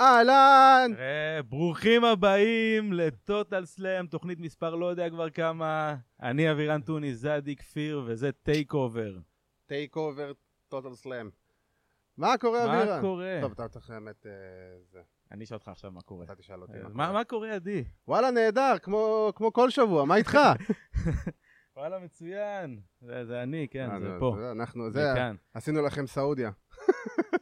אהלן! אה, ברוכים הבאים לטוטל סלאם, תוכנית מספר לא יודע כבר כמה. אני אבירן טוני, זה עדי כפיר, וזה טייק אובר. טייק אובר טוטל סלאם. מה קורה אבירן? מה קורה? טוב, אתה צריך באמת... אה, זה. אני אשאל אותך עכשיו מה קורה. אתה תשאל אותי. אה, מה מה קורה. מה קורה, עדי? וואלה, נהדר, כמו כמו כל שבוע, מה איתך? וואלה, מצוין. זה זה אני, כן, אה, זה פה. זה אנחנו, זה זה, כאן. עשינו לכם סעודיה.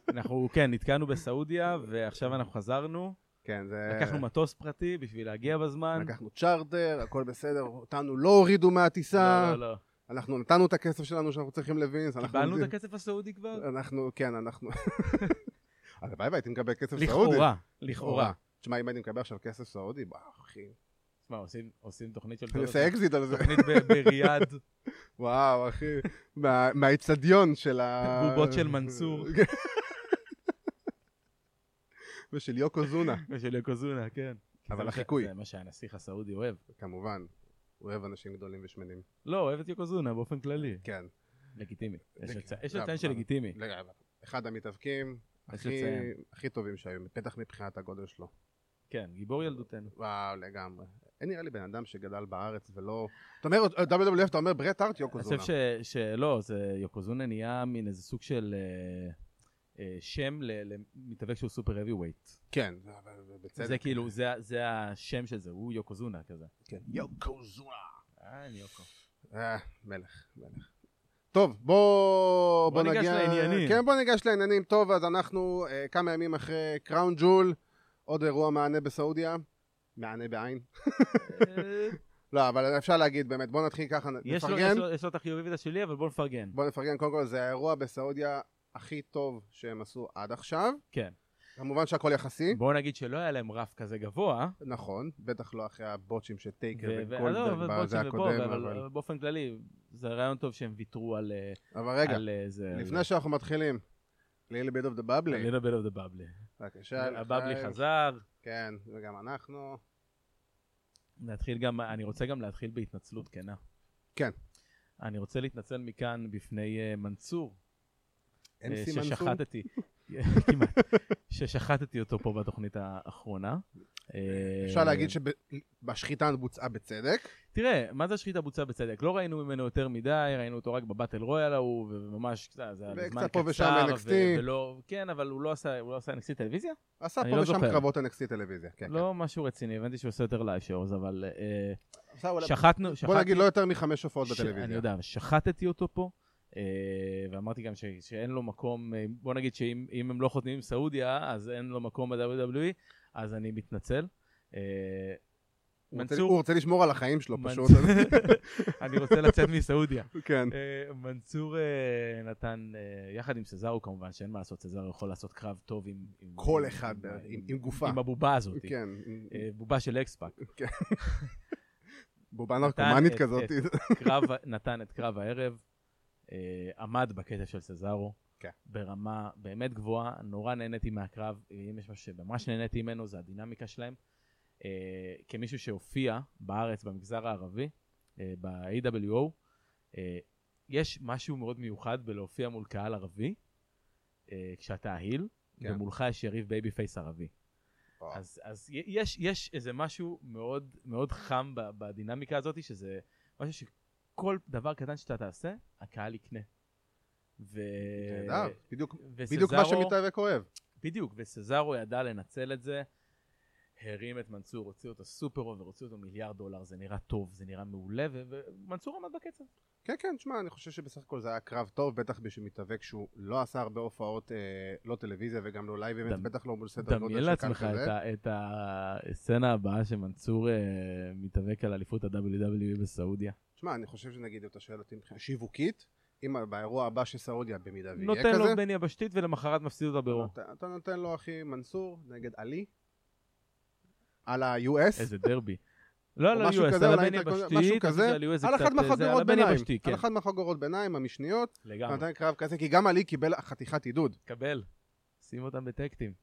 אנחנו, כן, נתקענו בסעודיה, ועכשיו אנחנו חזרנו. כן, זה... לקחנו מטוס פרטי בשביל להגיע בזמן. לקחנו צ'ארטר, הכל בסדר, אותנו לא הורידו מהטיסה, לא, לא, אנחנו נתנו את הכסף שלנו שאנחנו צריכים לווינס. לא. אנחנו קיבלנו את עומדים- הכסף הסעודי כבר? אנחנו, כן, אנחנו... הלוואי והייתי מקבל כסף סעודי. לכאורה, לכאורה. תשמע, אם הייתי מקבל עכשיו כסף סעודי, וואו, לא אחי. תשמע, עושים- עושים תוכנית של... אני עושה אקזיט על זה. תוכנית ב- בריאד. וואו, אחי, מה- מהאיצטדיון של ה... בובות של מנסור. ושל יוקו זונה, ושל יוקוזונה, כן. אבל זה מה ש- החיקוי. זה מה שהנסיך הסעודי אוהב. כמובן. הוא אוהב אנשים גדולים ושמנים. לא, אוהב את יוקוזונה באופן כללי. כן. לגיטימי. יש לג- לצ- יש לא, לציין לא. שלגיטימי. לגמרי. אחד המתאבקים יש הכי, לציין. הכי טובים שהיו, בטח מבחינת הגודל שלו. כן, גיבור ילדותנו. וואו, לגמרי. אין נראה לי בן אדם שגדל בארץ ולא... אתה אומר, WWF, אתה אומר ברט ארט יוקו אני זונה. חושב ש- שלא, זה יוקוזונה נהיה מין איזה סוג של אה, אה, שם ל- למתאבק שהוא סופר האבי ווייט. כן, אבל בצדק. זה כאילו, זה- זה השם של זה, הוא יוקוזונה כזה. כן. יוקו זונה. אה, אני יוקו. אה, מלך, מלך. טוב, בוא, בוא ניגש נגיע... לעניינים. כן, בוא ניגש לעניינים. טוב, אז אנחנו אה, כמה ימים אחרי קראון ג'ול, עוד אירוע מענה בסעודיה. מענה בעין. אה, לא, אבל אפשר להגיד באמת, בוא נתחיל ככה, יש לו- נפרגן. יש לו- יש לו את החיובי ואת השלילי, אבל בוא נפרגן. בוא נפרגן, קודם כל, זה האירוע בסעודיה הכי טוב שהם עשו עד עכשיו. כן. כמובן שהכל יחסי, בואו נגיד שלא היה להם רף כזה גבוה, נכון, בטח לא אחרי הבוטשים של טייקר ו- ו- לא, וגולדברג ובוטשים בזה ופה, הקודם, אבל- אבל... אבל באופן כללי, זה רעיון טוב שהם ויתרו על אה, אבל רגע, על אה, זה... לפני שאנחנו מתחילים, ליל ביד אוף דה בבלי, little bit of the bubbly. בבקשה. הבבלי לחיים. חזר, כן, וגם אנחנו. נתחיל גם, אני רוצה גם להתחיל בהתנצלות כנה. כן. אני רוצה להתנצל מכאן בפני אה, מנסור, אין אה, סי מנסור? ששחטתי, כמעט, ששחטתי אותו פה בתוכנית האחרונה. אה, אפשר להגיד שבשחיטה בוצעה בצדק. תראה, מה זה השחיטה בוצעה בצדק? לא ראינו ממנו יותר מדי, ראינו אותו רק בבטל רויאל ההוא, וממש, זה היה זמן קצר. וקצת פה ושם NXT. ו- ולא, כן, אבל הוא לא עשה, הוא לא עשה NXT טלוויזיה? עשה אני פה לא ושם זוכר. קרבות NXT טלוויזיה. כן, לא משהו רציני, הבנתי שהוא עושה יותר לייב שואוז, אבל אה, כן. עשה אולי- שחטנו, שחטתי... בוא נגיד לא יותר מחמש הופעות ש- בטלוויזיה. אני יודע, אבל שחטתי אותו פה, אה, ואמרתי גם ש- שאין לו מקום, אה, בוא נגיד שאם אם הם לא חותמים עם סעודיה, אז אין לו מקום ב-WWE, אז אני מתנצל. אה, הוא רוצה- מנסור- הוא רוצה לשמור על החיים שלו לא פשוט. אני רוצה לצאת מסעודיה. כן. אה, מנסור אה, נתן, אה, יחד עם סזארו כמובן, שאין מה לעשות, סזארו יכול לעשות קרב טוב עם... עם- כל עם- אחד עם- בערך, עם- עם גופה. עם הבובה הזאת. כן. אה, בובה של אקספאק. בובה נרקומנית את- כזאת. קרב, נתן את קרב הערב, אה, עמד בקטע של סזארו, כן. ברמה באמת גבוהה, נורא נהניתי מהקרב, אה, אם יש משהו שממש נהניתי ממנו זה הדינמיקה שלהם. אה, כמישהו שהופיע בארץ במגזר הערבי, אה, ב-AWO, אה, יש משהו מאוד מיוחד בלהופיע מול קהל ערבי, אה, כשאתה ההיל, כן. ומולך יש יריב בייבי פייס ערבי. אז, אז י- יש, יש איזה משהו מאוד, מאוד חם ב- בדינמיקה הזאת, שזה משהו שכל דבר קטן שאתה תעשה, הקהל יקנה. ו... אה, נהדר, בדיוק- וסזארו, בדיוק מה שמתאבק אוהב. בדיוק, וסזארו ידע לנצל את זה, הרים את מנסור, הוציא אותו סופר אובר, הוציא אותו מיליארד דולר, זה נראה טוב, זה נראה מעולה, ו- ומנסור עמד בקצב. כן, כן, תשמע, אני חושב שבסך הכל זה היה קרב טוב, בטח בשביל מתאבק שהוא לא עשה הרבה הופעות, אה, לא טלוויזיה וגם לא לייב, באמת, דמ- בטח לא מול סדר גודל של קהל דמיין כזה. לעצמך את, ה- את הסצנה הבאה שמנסור אה, מתאבק על אליפות ה-WWE בסעודיה. תשמע, אני חושב שנגיד, אם אתה שואל אותי מבחינה שיווקית, אם באירוע הבא של סעודיה, במידה ויהיה כזה, נותן לו בין יבשתית ולמחרת מפסיד אותה ברור. אתה- אתה נותן לו, אחי, מנסור נגד עלי, על ה-US, איזה דרבי. לא על או משהו ה-US, כזה, על אולי הבן יותר קודם, יבשתי, משהו אתה כזה. יודע, על ה-US זה על קצת, אה, אחת זה על מהחגורות הבן ביניים, יבשתי, כן, על אחת מהחגורות ביניים המשניות, אתה לגמרי, נותן קרב כזה, כי גם עלי קיבל חתיכת עידוד, קבל, שים אותם בטקטים.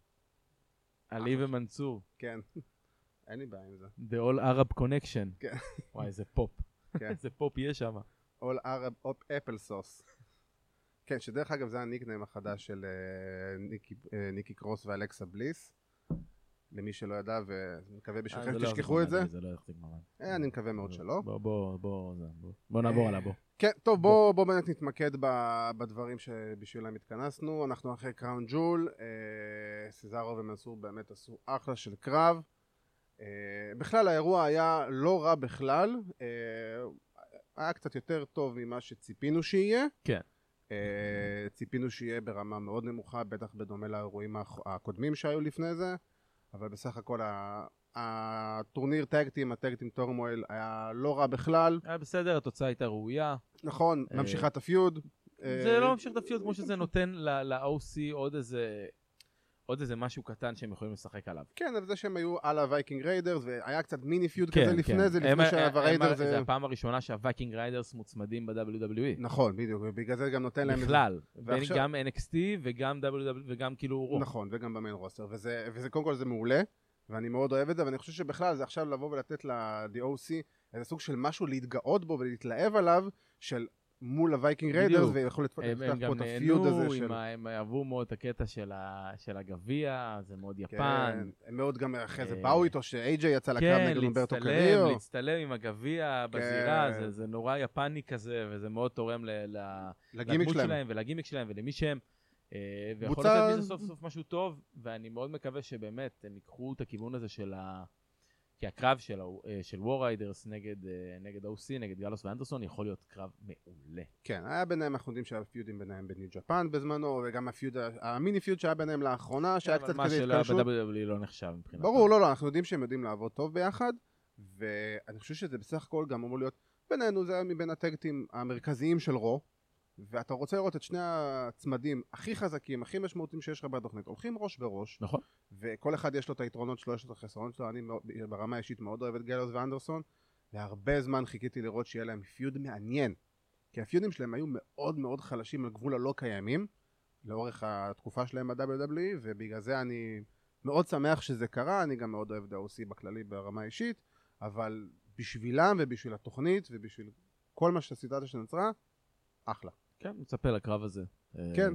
עלי ומנסור, כן. אין לי בעיה עם זה. The All Arab Connection. כן. וואי, איזה פופ. כן. איזה פופ יש שם. אה, All Arab אפל סוס. כן, שדרך אגב זה הניקניים החדש של אה, ניקי- אה, ניקי קרוס ואלכסה בליס. למי שלא ידע, ואני מקווה אה, בשבילכם לא שתשכחו את יחזיק זה. מעמד, זה לא יחזיק מעמד. אה, אני מקווה מאוד שלא. בוא, בוא, בוא, זה, בוא. בוא נעבור אה, עליו, בוא. כן, טוב, בואו בוא באמת נתמקד ב, בדברים שבשבילם התכנסנו. אנחנו אחרי קראון ג'ול, אה, סיזרו ומנסור באמת עשו אחלה של קרב. אה, בכלל, האירוע היה לא רע בכלל, אה, היה קצת יותר טוב ממה שציפינו שיהיה. כן. אה, ציפינו שיהיה ברמה מאוד נמוכה, בטח בדומה לאירועים האח- הקודמים שהיו לפני זה, אבל בסך הכל ה- הטורניר טקטים, הטקטים טורמואל, היה לא רע בכלל. היה אה, בסדר, התוצאה הייתה ראויה. נכון, אה, ממשיכה את הפיוד. זה אה, לא ממשיך את הפיוט כמו שזה נותן ל- ל-OC עוד איזה... עוד איזה משהו קטן שהם יכולים לשחק עליו. כן, על זה שהם היו על הווייקינג ריידרס, והיה קצת מיני פיוד כן, כזה לפני כן. זה, הם- לפני הם- שהריידר הם- זה... זה הפעם הראשונה שהווייקינג ריידרס מוצמדים ב-WWE. נכון, בדיוק, ובגלל זה גם נותן להם... איזה- בכלל. בין- ועכשיו- גם NXT וגם WWE וגם כאילו רוק. נכון, וגם במיין רוסטר, וזה, וזה קודם כל זה מעולה, ואני מאוד אוהב את זה, ואני חושב שבכלל זה עכשיו לבוא ולתת ל-DOC איזה סוג של משהו להתגאות בו ולהתלהב עליו, של מול הווייקינג ריידרס, בדיוק. ויכול לפתח הם, הם פה גם את הפיוד הזה נהנו, של... עם ה- הם אהבו מאוד את הקטע של ה- של הגביע, זה מאוד כן, יפן. הם מאוד גם אחרי זה אה, באו איתו, שאיי-ג'יי יצא לקרב כן, נגד אומברטו להצטלם, קריו. להצטלם עם הגביע בזירה, כן. זה- זה נורא יפני כזה, וזה מאוד תורם ל- ל- לגימיק לדמות שלהם. שלהם ולגימיק שלהם ולמי שהם. אה, ויכול בוצע- להיות שזה סוף סוף משהו טוב, ואני מאוד מקווה שבאמת הם ייקחו את הכיוון הזה של ה... כי הקרב של, ה- אה, של War Riders נגד, אה, נגד OC, נגד גלוס ואנדרסון, יכול להיות קרב מעולה. כן, היה ביניהם, אנחנו יודעים שהיה פיודים ביניהם בניו ג'פן בזמנו, וגם הפיוד, ה- המיני פיוד שהיה ביניהם לאחרונה, שהיה קצת כזה מה שלא התקרשות. ב-WWE לא נחשב מבחינת... ברור, לא, לא, אנחנו יודעים שהם יודעים לעבוד טוב ביחד, ואני חושב שזה בסך הכל גם אמור להיות, בינינו זה היה מבין הטקטים המרכזיים של רו, ואתה רוצה לראות את שני הצמדים הכי חזקים, הכי משמעותיים שיש לך בתוכנית, הולכים ראש בראש, נכון. וכל אחד יש לו את היתרונות שלו, יש לו את החסרונות שלו, אני מאוד- ברמה האישית מאוד אוהב את גלוס ואנדרסון, והרבה זמן חיכיתי לראות שיהיה להם פיוד מעניין, כי הפיודים שלהם היו מאוד מאוד חלשים על גבול הלא קיימים, לאורך התקופה שלהם ב-WWE, ובגלל זה אני מאוד שמח שזה קרה, אני גם מאוד אוהב את ה-OC בכללי ברמה האישית, אבל בשבילם ובשביל התוכנית ובשביל כל מה שהסיטואציה שנוצרה, אחלה. כן, מצפה לקרב הזה. כן. אה,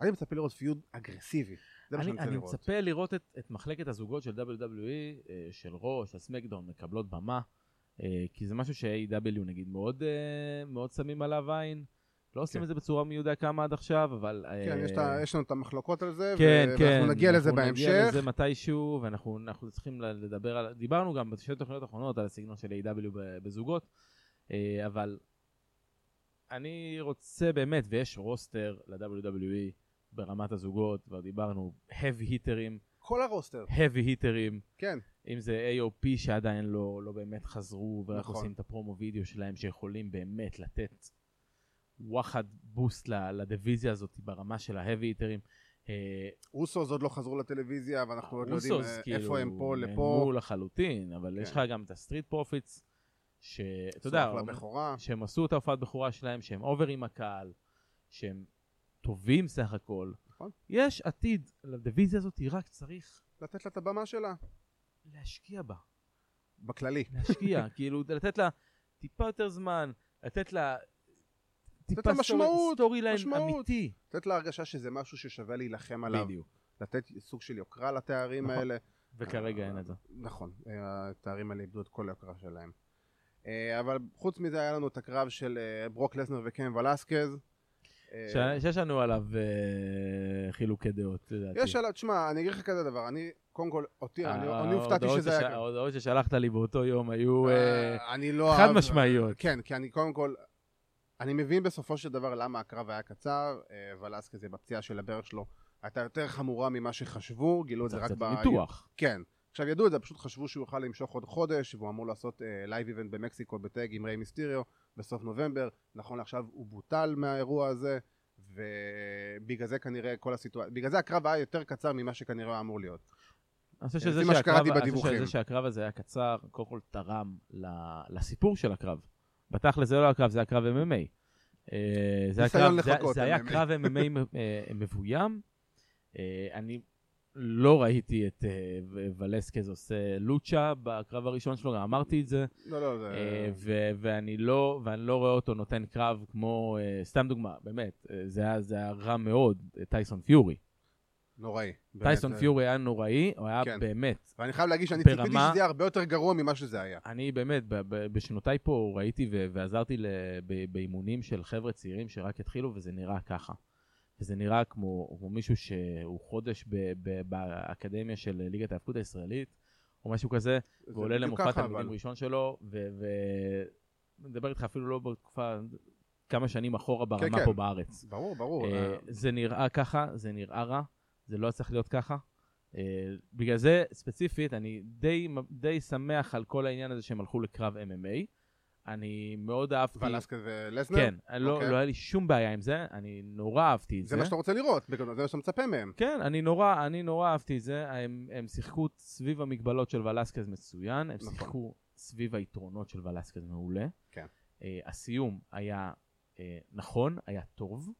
אני מצפה לראות פיוד אגרסיבי, זה מה שאני אני, רוצה אני לראות. מצפה לראות את, את מחלקת הזוגות של WWE, אה, של רו, של סמקדאון, מקבלות במה, אה, כי זה משהו ש-AW נגיד מאוד, אה, מאוד שמים עליו עין. לא עושים כן. את זה בצורה מי יודע כמה עד עכשיו, אבל... כן, אה, יש, את ה- יש לנו את המחלוקות על זה, כן, ו- כן. ואנחנו נגיע לזה אנחנו בהמשך. נגיע לזה מתישהו, ואנחנו אנחנו צריכים ל- לדבר על... דיברנו גם בשתי תוכניות האחרונות על הסגנון של A.W. ב- בזוגות, אה, אבל אני רוצה באמת, ויש רוסטר ל-WWE ברמת הזוגות, כבר דיברנו, heavy היטרים, כל הרוסטר, heavy היטרים, כן. אם זה AOP שעדיין לא, לא באמת חזרו, ורק נכון. עושים את הפרומו וידאו שלהם, שיכולים באמת לתת וואחד בוסט ל- לדיוויזיה הזאת ברמה של ה-heavy היטרים. אה, אוסוס עוד לא חזרו לטלוויזיה, ואנחנו עוד לא יודעים האוסוס, אה, כאילו, איפה הם פה, לפה. נעלמו לחלוטין, אבל יש לך כן. גם את הסטריט פרופיטס, שאתה יודע, אחלה בכורה. שהם עשו את ההופעת בכורה שלהם, שהם אובר עם הקהל, שהם טובים סך הכל. נכון. יש עתיד לדיוויזיה הזאת, רק צריך לתת לה את הבמה שלה, להשקיע בה. בכללי. להשקיע, כאילו, לתת לה טיפה יותר זמן, לתת לה... טיפה משמעות, סטורי ליין משמעות. אמיתי. לתת לה הרגשה שזה משהו ששווה להילחם עליו. בדיוק. לתת סוג של יוקרה לתארים נכון. האלה. וכרגע אין את זה. נכון, אה, התארים האלה איבדו את כל ההוקרה שלהם. אה, אבל חוץ מזה היה לנו את הקרב של אה, ברוק לסנר וקן ולסקז. אה, ש- שיש לנו עליו אה, חילוקי דעות, לדעתי. יש עליו, תשמע, אני אגיד לך כזה דבר, אני, קודם כל, אותי, אני אני אה, ההודעות הופתעתי שזה היה... שש- קרב. ההודעות ששלחת לי באותו יום היו אה, אה, אני לא חד אהב- משמעיות. כן, כי אני קודם כל, אני מבין בסופו של דבר למה הקרב היה קצר, אה, ולסקז בפציעה של הברך שלו הייתה יותר חמורה ממה שחשבו, גילו את לא, זה צריך רק קצת ב... ניתוח. כן. עכשיו ידעו את זה, פשוט חשבו שהוא יוכל למשוך עוד חודש, והוא אמור לעשות לייב איבנט במקסיקו בטאג עם ריי מיסטיריו בסוף נובמבר. נכון לעכשיו הוא בוטל מהאירוע הזה, ובגלל זה כנראה כל הסיטואציה, בגלל זה הקרב היה יותר קצר ממה שכנראה היה אמור להיות. אני חושב שזה אה, לפי מה שהקרב- שקראתי אני חושב בדיווחים. שזה שהקרב הזה היה קצר, קודם כל תרם ל- לסיפור של הקרב. בתכל'ס זה לא הקרב, זה הקרב MMA. אה, זה ניסיון הקרב- זה- לחקות זה היה MMA. קרב MMA אה, מבוים. אה, אני לא ראיתי את אה, ו- ולסקז עושה לוצ'ה בקרב הראשון שלו, גם אמרתי את זה. לא, לא, זה... אה, ו- ואני לא, ואני לא רואה אותו נותן קרב כמו, אה, סתם דוגמה, באמת, אה, זה היה, זה היה רע מאוד, אה, טייסון פיורי. נוראי. באמת, טייסון אה, פיורי היה נוראי, הוא היה כן. באמת. ואני חייב להגיד שאני ציפיתי ברמה- שזה יהיה הרבה יותר גרוע ממה שזה היה. אני באמת, ב- ב- בשנותיי פה ראיתי ו- ועזרתי ל- ב- באימונים של חבר'ה צעירים שרק התחילו, וזה נראה ככה. וזה נראה כמו, כמו מישהו שהוא חודש ב- ב- באקדמיה של ליגת ההאבקות הישראלית, או משהו כזה, זה ועולה בדיוק למופע ככה, תלמידים אבל. ראשון שלו, ומדבר איתך אפילו לא בתקופה, כמה שנים אחורה ברמה כן. פה בארץ. ברור, ברור. אה, אה, זה נראה ככה, זה נראה רע, זה לא צריך להיות ככה. אה, בגלל זה, ספציפית, אני די, די שמח על כל העניין הזה שהם הלכו לקרב MMA. אני מאוד אהבתי... ולסקה ולסנר? כן, אני לא, אוקיי. לא היה לי שום בעיה עם זה, אני נורא אהבתי את זה. זה מה שאתה רוצה לראות, בגדול, זה מה שאתה מצפה מהם. כן, אני נורא, אני נורא אהבתי את זה. הם, הם שיחקו סביב המגבלות של ולסקז מצוין, הם נכון. נכון. שיחקו סביב היתרונות של ולסקז מעולה. כן. אה, הסיום היה אה, נכון, היה טוב.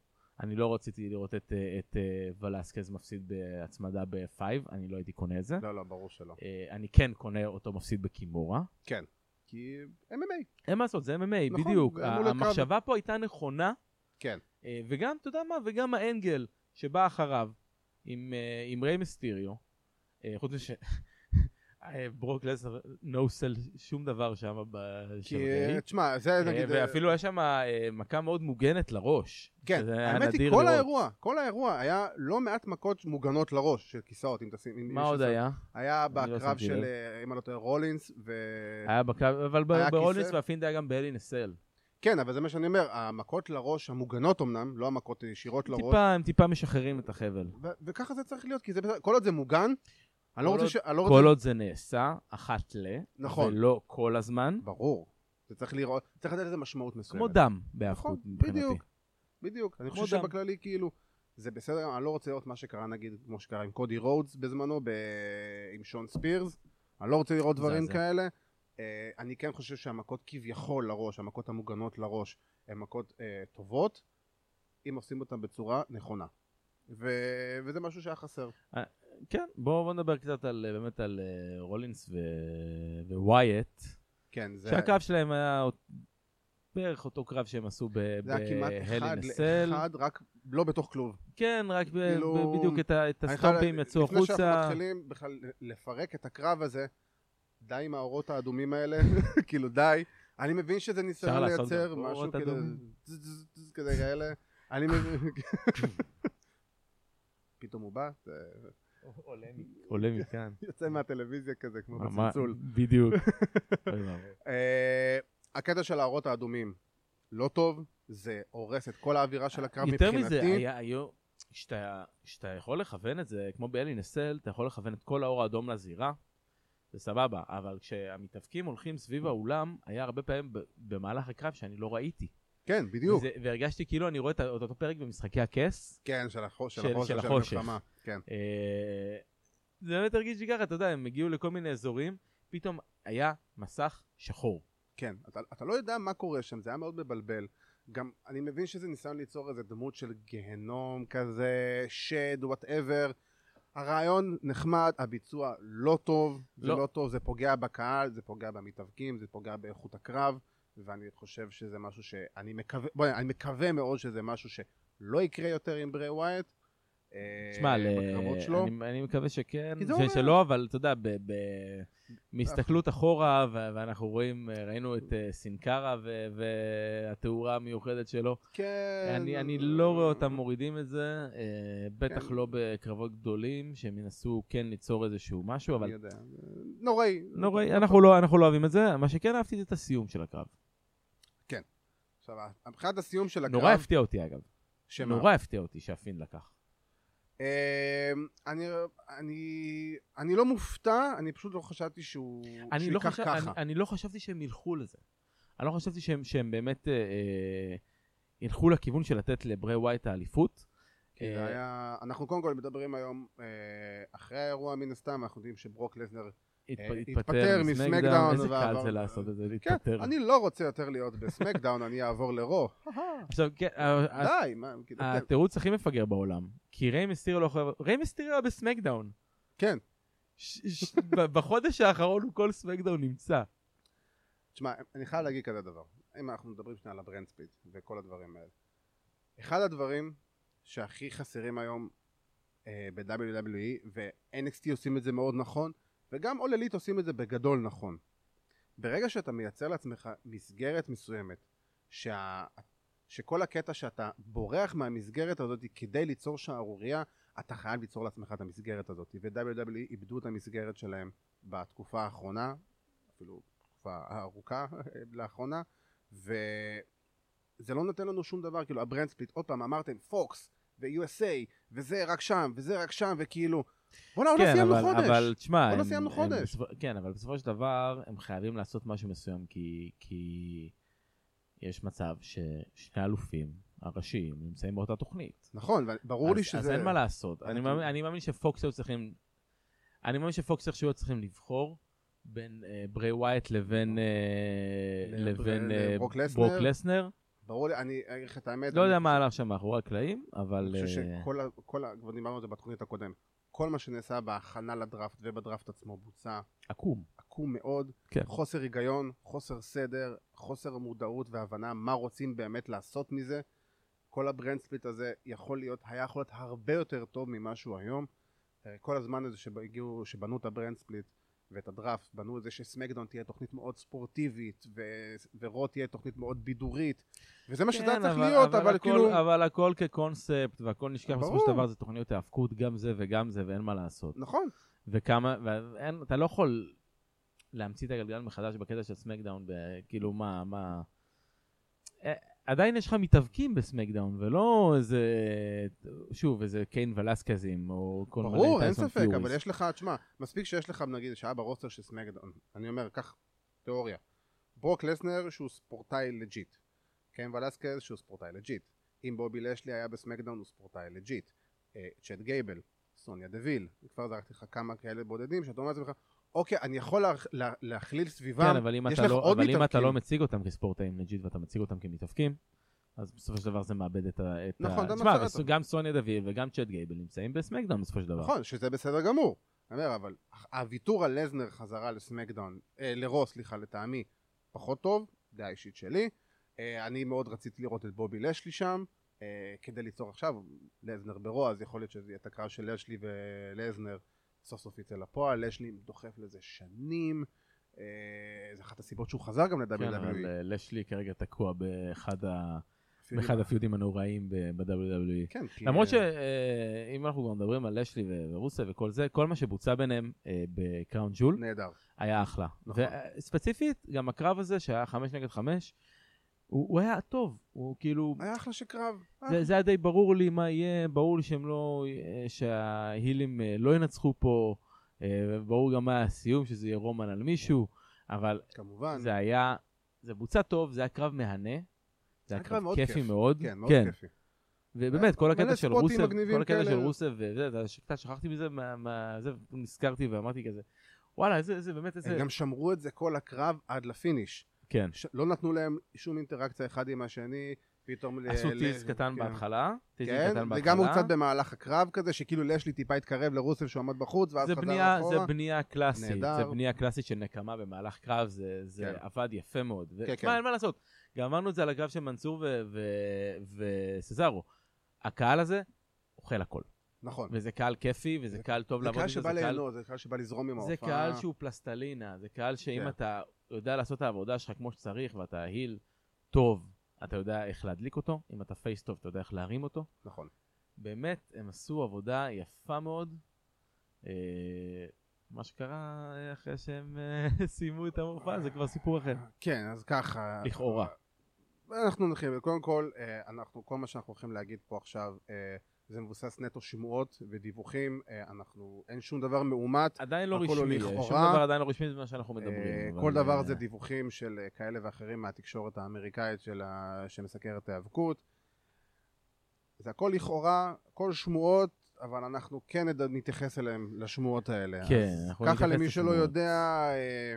אני לא רציתי לראות את, אה, את אה, ולסקז מפסיד בהצמדה בפייב, אני לא הייתי קונה את זה. לא, לא, ברור שלא. אה, אני כן קונה אותו מפסיד בקימורה. כן. כי MMA, אין מה לעשות, זה MMA, נכון, בדיוק. אמרו לקרב. המחשבה פה הייתה נכונה. כן. אה, וגם, אתה יודע מה, וגם האנגל שבא אחריו עם, אה, עם ריי מסטיריו, אה, חוץ מזה ש... אה, ברוק לסנר נו סל שום דבר שם ב- של כי, אה, ריי. תשמע, זה אה, נגיד... אה, ואפילו היה שם אה, מכה מאוד מוגנת לראש. כן, שזה היה האמת היא, נדיר כל לראות. האירוע, כל האירוע היה לא מעט מכות מוגנות לראש של כיסאות, אם תשים... אם מה יש עוד לזה- היה? היה אני לא בקרב שמתי של, לב. אה? אה, אם אני לא טועה, רולינס, ו... היה בקרב, אבל ב- היה בהולינס כיסא? והפינד היה גם באלי נסל. כן, אבל זה מה שאני אומר, המכות לראש המוגנות אמנם, לא המכות ישירות לראש, לא טיפה, הם טיפה משחררים את החבל. ו- וככה זה צריך להיות, כי זה בסדר, כל עוד זה מוגן, אני לא כל רוצה עוד- ש... אני לא כל רוצה... עוד זה נעשה, אחת ל, נכון. ולא כל הזמן, ברור. זה צריך לראות, צריך לתת לזה משמעות מסוימת. לא- כמו דם נכון, בהאבקות מבחינתי. בדיוק. בדיוק. אני כמו חושב דם. שבכללי, כאילו, זה בסדר, אני לא רוצה לראות מה שקרה, נגיד, כמו שקרה עם קודי רודס בזמנו, ב... עם שון ספירס. אני לא רוצה לראות דברים מזעזע. כאלה. אה, אני כן חושב שהמכות כביכול לראש, המכות המוגנות לראש, הן מכות אה, טובות, אם עושים אותן בצורה נכונה. ו... וזה משהו שהיה חסר. כן, בואו בוא נדבר קצת על, אה, באמת על אה, רולינס ו... ווייט, כן, זה... שהקרב שלהם היה אות- בערך אותו קרב שהם עשו ב- זה היה כמעט אחד בהלינסל. לאחד, רק לא בתוך כלוב. כן, רק ב- כאילו, ב- בדיוק את, ה- את אני חייב הסטומפים לה- יצאו לפני שאנחנו החוצה. מתחילים בכלל לפרק את הקרב הזה, די עם האורות האדומים האלה, כאילו די. אני מבין שזה ניסיון אפשר לעשות לייצר גם משהו אורות כזה, אדומים. זז, זז, זז, כזה כאלה. אני מבין... פתאום הוא בא, זה עולה מכאן. יוצא מהטלוויזיה כזה, כמו מה- בצלצול. בדיוק. אוי ואבוי. אה, הקטע של האורות האדומים לא טוב, זה הורס את כל האווירה של הקרב יותר מבחינתי. מזה, היה, היו, כשאתה, כשאתה יכול לכוון את זה, כמו באלי נסל, אתה יכול לכוון את כל האור האדום לזירה, זה סבבה, אבל כשהמתאבקים הולכים סביב האולם, היה הרבה פעמים ב- במהלך הקרב שאני לא ראיתי. כן, בדיוק. וזה, והרגשתי כאילו אני רואה את ה- את אותו פרק במשחקי הכס. כן, של החושך, של- של החושך, של של החושך. המלחמה. כן, אה, זה באמת הרגיש לי ככה, אתה יודע, הם הגיעו לכל מיני אזורים, פתאום היה מסך שחור. כן. אתה- אתה לא יודע מה קורה שם, זה היה מאוד מבלבל. גם, אני מבין שזה ניסיון ליצור איזה דמות של גהנום כזה, שד, וואטאבר. הרעיון נחמד, הביצוע לא טוב, זה לא. לא טוב, זה פוגע בקהל, זה פוגע במתאבקים, זה פוגע באיכות הקרב, ואני חושב שזה משהו שאני מקווה, בואי, אני מקווה מאוד שזה משהו שלא יקרה יותר עם ברי ווייט. אה, תשמע, ל- בקרבות שלו. אני- אני מקווה שכן, כי זה אומר- ושלא, אבל אתה יודע, ב- ב- מהסתכלות אחורה, ו- ואנחנו רואים, אה, ראינו את אה, סינקרה ו- והתאורה המיוחדת שלו, כן. אני אני לא רואה אותם מורידים את זה, אה, בטח כן. לא בקרבות גדולים, שהם ינסו כן ליצור איזשהו משהו, אני אבל יודע. נוראי. נוראי, אנחנו לא אנחנו לא אוהבים את זה, מה שכן אהבתי זה את הסיום של הקרב. עכשיו, מבחינת הסיום של הקרב... נורא הפתיע אותי אגב, שמה? נורא הפתיע אותי שהפינד לקח. אמ, אני, אני, אני לא מופתע, אני פשוט לא חשבתי שהוא אני שהוא לא, ייקח חשב, ככה. אני, אני לא חשבתי שהם ילכו לזה. אני לא חשבתי שהם, שהם באמת אה, אה, ילכו לכיוון של לתת לברי ווייט את האליפות. כי זה אה, היה, אנחנו קודם כל מדברים היום, אה, אחרי האירוע מן הסתם, אנחנו יודעים שברוק לסנר, התפ- אה, התפטר מסמקדאון איזה קל ועבר- זה לעשות את זה, כן, להתפטר. אני לא רוצה יותר להיות בסמקדאון, אני אעבור לרו. עכשיו, כן, ה- ה- די, מה, כאילו, כן, התירוץ הכי מפגר בעולם, כי ריי מיסטיריו לא חייב... ריי מיסטיריו היה בסמקדאון. כן. ש- ש- ב- בחודש האחרון הוא כל סמקדאון נמצא. תשמע, אני חייב להגיד כזה דבר. אם אנחנו מדברים שנייה על הברנד ספיד וכל הדברים האלה. אחד הדברים שהכי חסרים היום, אה, אה, ב-WWE, ו-NXT עושים את זה מאוד נכון, וגם All Elite עושים את זה בגדול נכון. ברגע שאתה מייצר לעצמך מסגרת מסוימת, שה... שכל הקטע שאתה בורח מהמסגרת הזאת כדי ליצור שערורייה, אתה חייב ליצור לעצמך את המסגרת הזאת. ו-WWE איבדו את המסגרת שלהם בתקופה האחרונה, אפילו תקופה ארוכה לאחרונה, וזה לא נותן לנו שום דבר, כאילו הברנד ספליט, עוד פעם אמרתם פוקס ו-USA, וזה רק שם, וזה רק שם, וכאילו, בואנה, עוד לא כן, סיימנו אבל- חודש. אבל תשמע, עוד לא הם- סיימנו הם חודש. בסופו- כן, אבל בסופו של דבר הם חייבים לעשות משהו מסוים, כי- כי יש מצב ששני האלופים הראשיים נמצאים באותה תוכנית. נכון, ברור לי אז- שזה... אז אין מה לעשות. אני אני כאילו- מאמין- אני מאמין שפוקס היו צריכים... אני מאמין שפוקס איכשהו היו צריכים לבחור בין אה, ברי ווייט לבין אה, לבר- לבין אה, לברוק לסנר. ברוק לסנר. ברור לי, אני אגיד לך את האמת. לא אני- יודע מה הלך שם מאחורי הקלעים, אבל... אני חושב אה, שכל, ה- כל ה- כבר דיברנו על זה בתוכנית הקודמת. כל מה שנעשה בהכנה לדראפט ובדראפט עצמו בוצע עקום. עקום מאוד, כן. חוסר היגיון, חוסר סדר, חוסר מודעות והבנה מה רוצים באמת לעשות מזה. כל הברנד ספליט הזה יכול להיות, היה יכול להיות הרבה יותר טוב ממה שהוא היום. אה, כל הזמן הזה שהגיעו, שבנו את הברנד ספליט ואת הדראפט, בנו את זה שסמקדאון תהיה תוכנית מאוד ספורטיבית, ו- ורו תהיה תוכנית מאוד בידורית, וזה מה שזה היה כן, צריך להיות, אבל הכל- כאילו... אבל הכל כקונספט, והכל נשכח בסופו ברור. של דבר, זה תוכניות היאבקות, גם זה וגם זה, ואין מה לעשות. נכון. וכמה, ואין, אתה לא יכול להמציא את הגלגל מחדש בקטע של סמקדאון, ב- כאילו מה, מה... אה, עדיין יש לך מתאבקים בסמקדאון, ולא איזה, שוב, איזה קיין ולסקזים, או כל מיני ברור, אין טייסון ספק, פיוריס. אבל יש לך, תשמע, מספיק שיש לך נגיד שעה ברוסטר של סמקדאון, אני אומר, קח תיאוריה. ברוק לסנר שהוא ספורטאי לג'יט, קיים ולסקז שהוא ספורטאי לג'יט, אם בובי לשלי היה בסמקדאון הוא ספורטאי לג'יט, אה, צ'אט גייבל, סוניה דוויל, כבר זרקתי לך כמה כאלה בודדים, שאתה אומר לעצמך, אוקיי, אני יכול לה, לה, להכליל סביבם, כן, אבל אם, יש אתה לך לא, עוד כאילו. אבל אם אתה מתאבקים. לא מציג אותם כספורטאים לג'יט ואתה מציג אותם כמתאבקים, אז בסופו של דבר זה מאבד את ה... את נכון, ה... אתה תשמע, מצא וס- אותם. גם סוניה דוד וגם צ'אט גייבל נמצאים בסמקדאון בסופו של דבר. נכון, שזה בסדר גמור. אני אומר, אבל הוויתור על לזנר חזרה לסמקדאון, אה, לרו, סליחה, לטעמי, פחות טוב, דעה אישית שלי. אה, אני מאוד רציתי לראות את בובי לשלי שם, אה, כדי ליצור עכשיו לזנר ברו, אז יכול להיות שזה יהיה את הקרב של לשלי ולזנר סוף סוף יצא לפועל. לשלי דוחף לזה שנים, אה, זו אחת הסיבות שהוא חזר גם E. כן, אבל ל-WWE. אה, לשלי כרגע תקוע באחד, ה... באחד הפיודים הנוראים ב-WWE. כן, כי... E. למרות אה, שאם אנחנו כבר מדברים על לשלי ו- ורוסיה וכל זה, כל מה שבוצע ביניהם אה, בקראון ג'ול, נהדר. היה אחלה. נכון. וספציפית, גם הקרב הזה שהיה חמש נגד חמש, הוא הוא היה טוב, הוא כאילו... היה אחלה אה, של קרב. זה, זה היה די ברור לי מה יהיה, ברור לי שהם לא, אה, שההילים אה, לא ינצחו פה, אה, ברור גם מה הסיום, שזה יהיה רומן על מישהו, אבל כמובן. זה היה, זה בוצע טוב, זה היה קרב מהנה, זה היה היה קרב קרב מאוד כיפי כיף. מאוד, כן, מאוד כיפי. ובאמת, כל מלא הקטע של ספוטים רוסב, מגניבים כל הקטע כאלה. של רוסב, וזה, אתה ש- קצת שכחתי מזה, מה- מה- זה, נזכרתי ואמרתי כזה, וואלה, איזה, איזה, באמת, איזה, הם גם שמרו את זה כל הקרב עד לפיניש. כן, ש... לא נתנו להם שום אינטראקציה אחד עם השני, פתאום... ל- עשו ל- טיז קטן כן. בהתחלה, טיז כן, קטן בהתחלה, וגם הוא קצת במהלך הקרב כזה, שכאילו לשלי טיפה התקרב לרוסל שהוא עמד בחוץ, ואז זה חזר בנייה, אחורה. זה בנייה קלאסית, נהדר. זה בנייה קלאסית של נקמה במהלך קרב, זה, זה כן. עבד יפה מאוד. ו- כן, תשמע, כן. אין מה לעשות, גם אמרנו את זה על הקרב של מנצור ו- ו- וסזארו. הקהל הזה אוכל הכל, נכון. וזה קהל כיפי, וזה זה- קהל טוב זה לעבוד קהל איתו, שבא זה קהל- ליהנות, זה קהל שבא לזרום עם זה ההופעה. קהל שהוא פלסטלינה, זה קהל שאם כן. אתה יודע לעשות את העבודה שלך כמו שצריך, ואתה היל טוב, אתה יודע איך להדליק אותו, אם אתה פייס טוב, אתה יודע איך להרים אותו. נכון. באמת, הם עשו עבודה יפה מאוד. אה, מה שקרה אה, אחרי שהם אה, סיימו את המופע זה כבר סיפור אחר. כן, אז ככה. לכאורה. אנחנו נתחיל, קודם כל, אה, אנחנו, כל מה שאנחנו הולכים להגיד פה עכשיו, אה, זה מבוסס נטו שמועות ודיווחים, אה, אנחנו, אין שום דבר מאומת, עדיין לא הכל הוא רשמי, שום לכאורה. דבר עדיין לא רשמי זה מה שאנחנו אה, מדברים. אבל, כל דבר אה, זה דיווחים של אה, כאלה ואחרים מהתקשורת האמריקאית של ה- שמסקרת ההיאבקות. זה הכל לכאורה, הכל שמועות, אבל אנחנו כן נד- נתייחס אליהם, לשמועות האלה. כן, אז אנחנו ככה נתייחס למי שלא לשמועות. יודע, אה,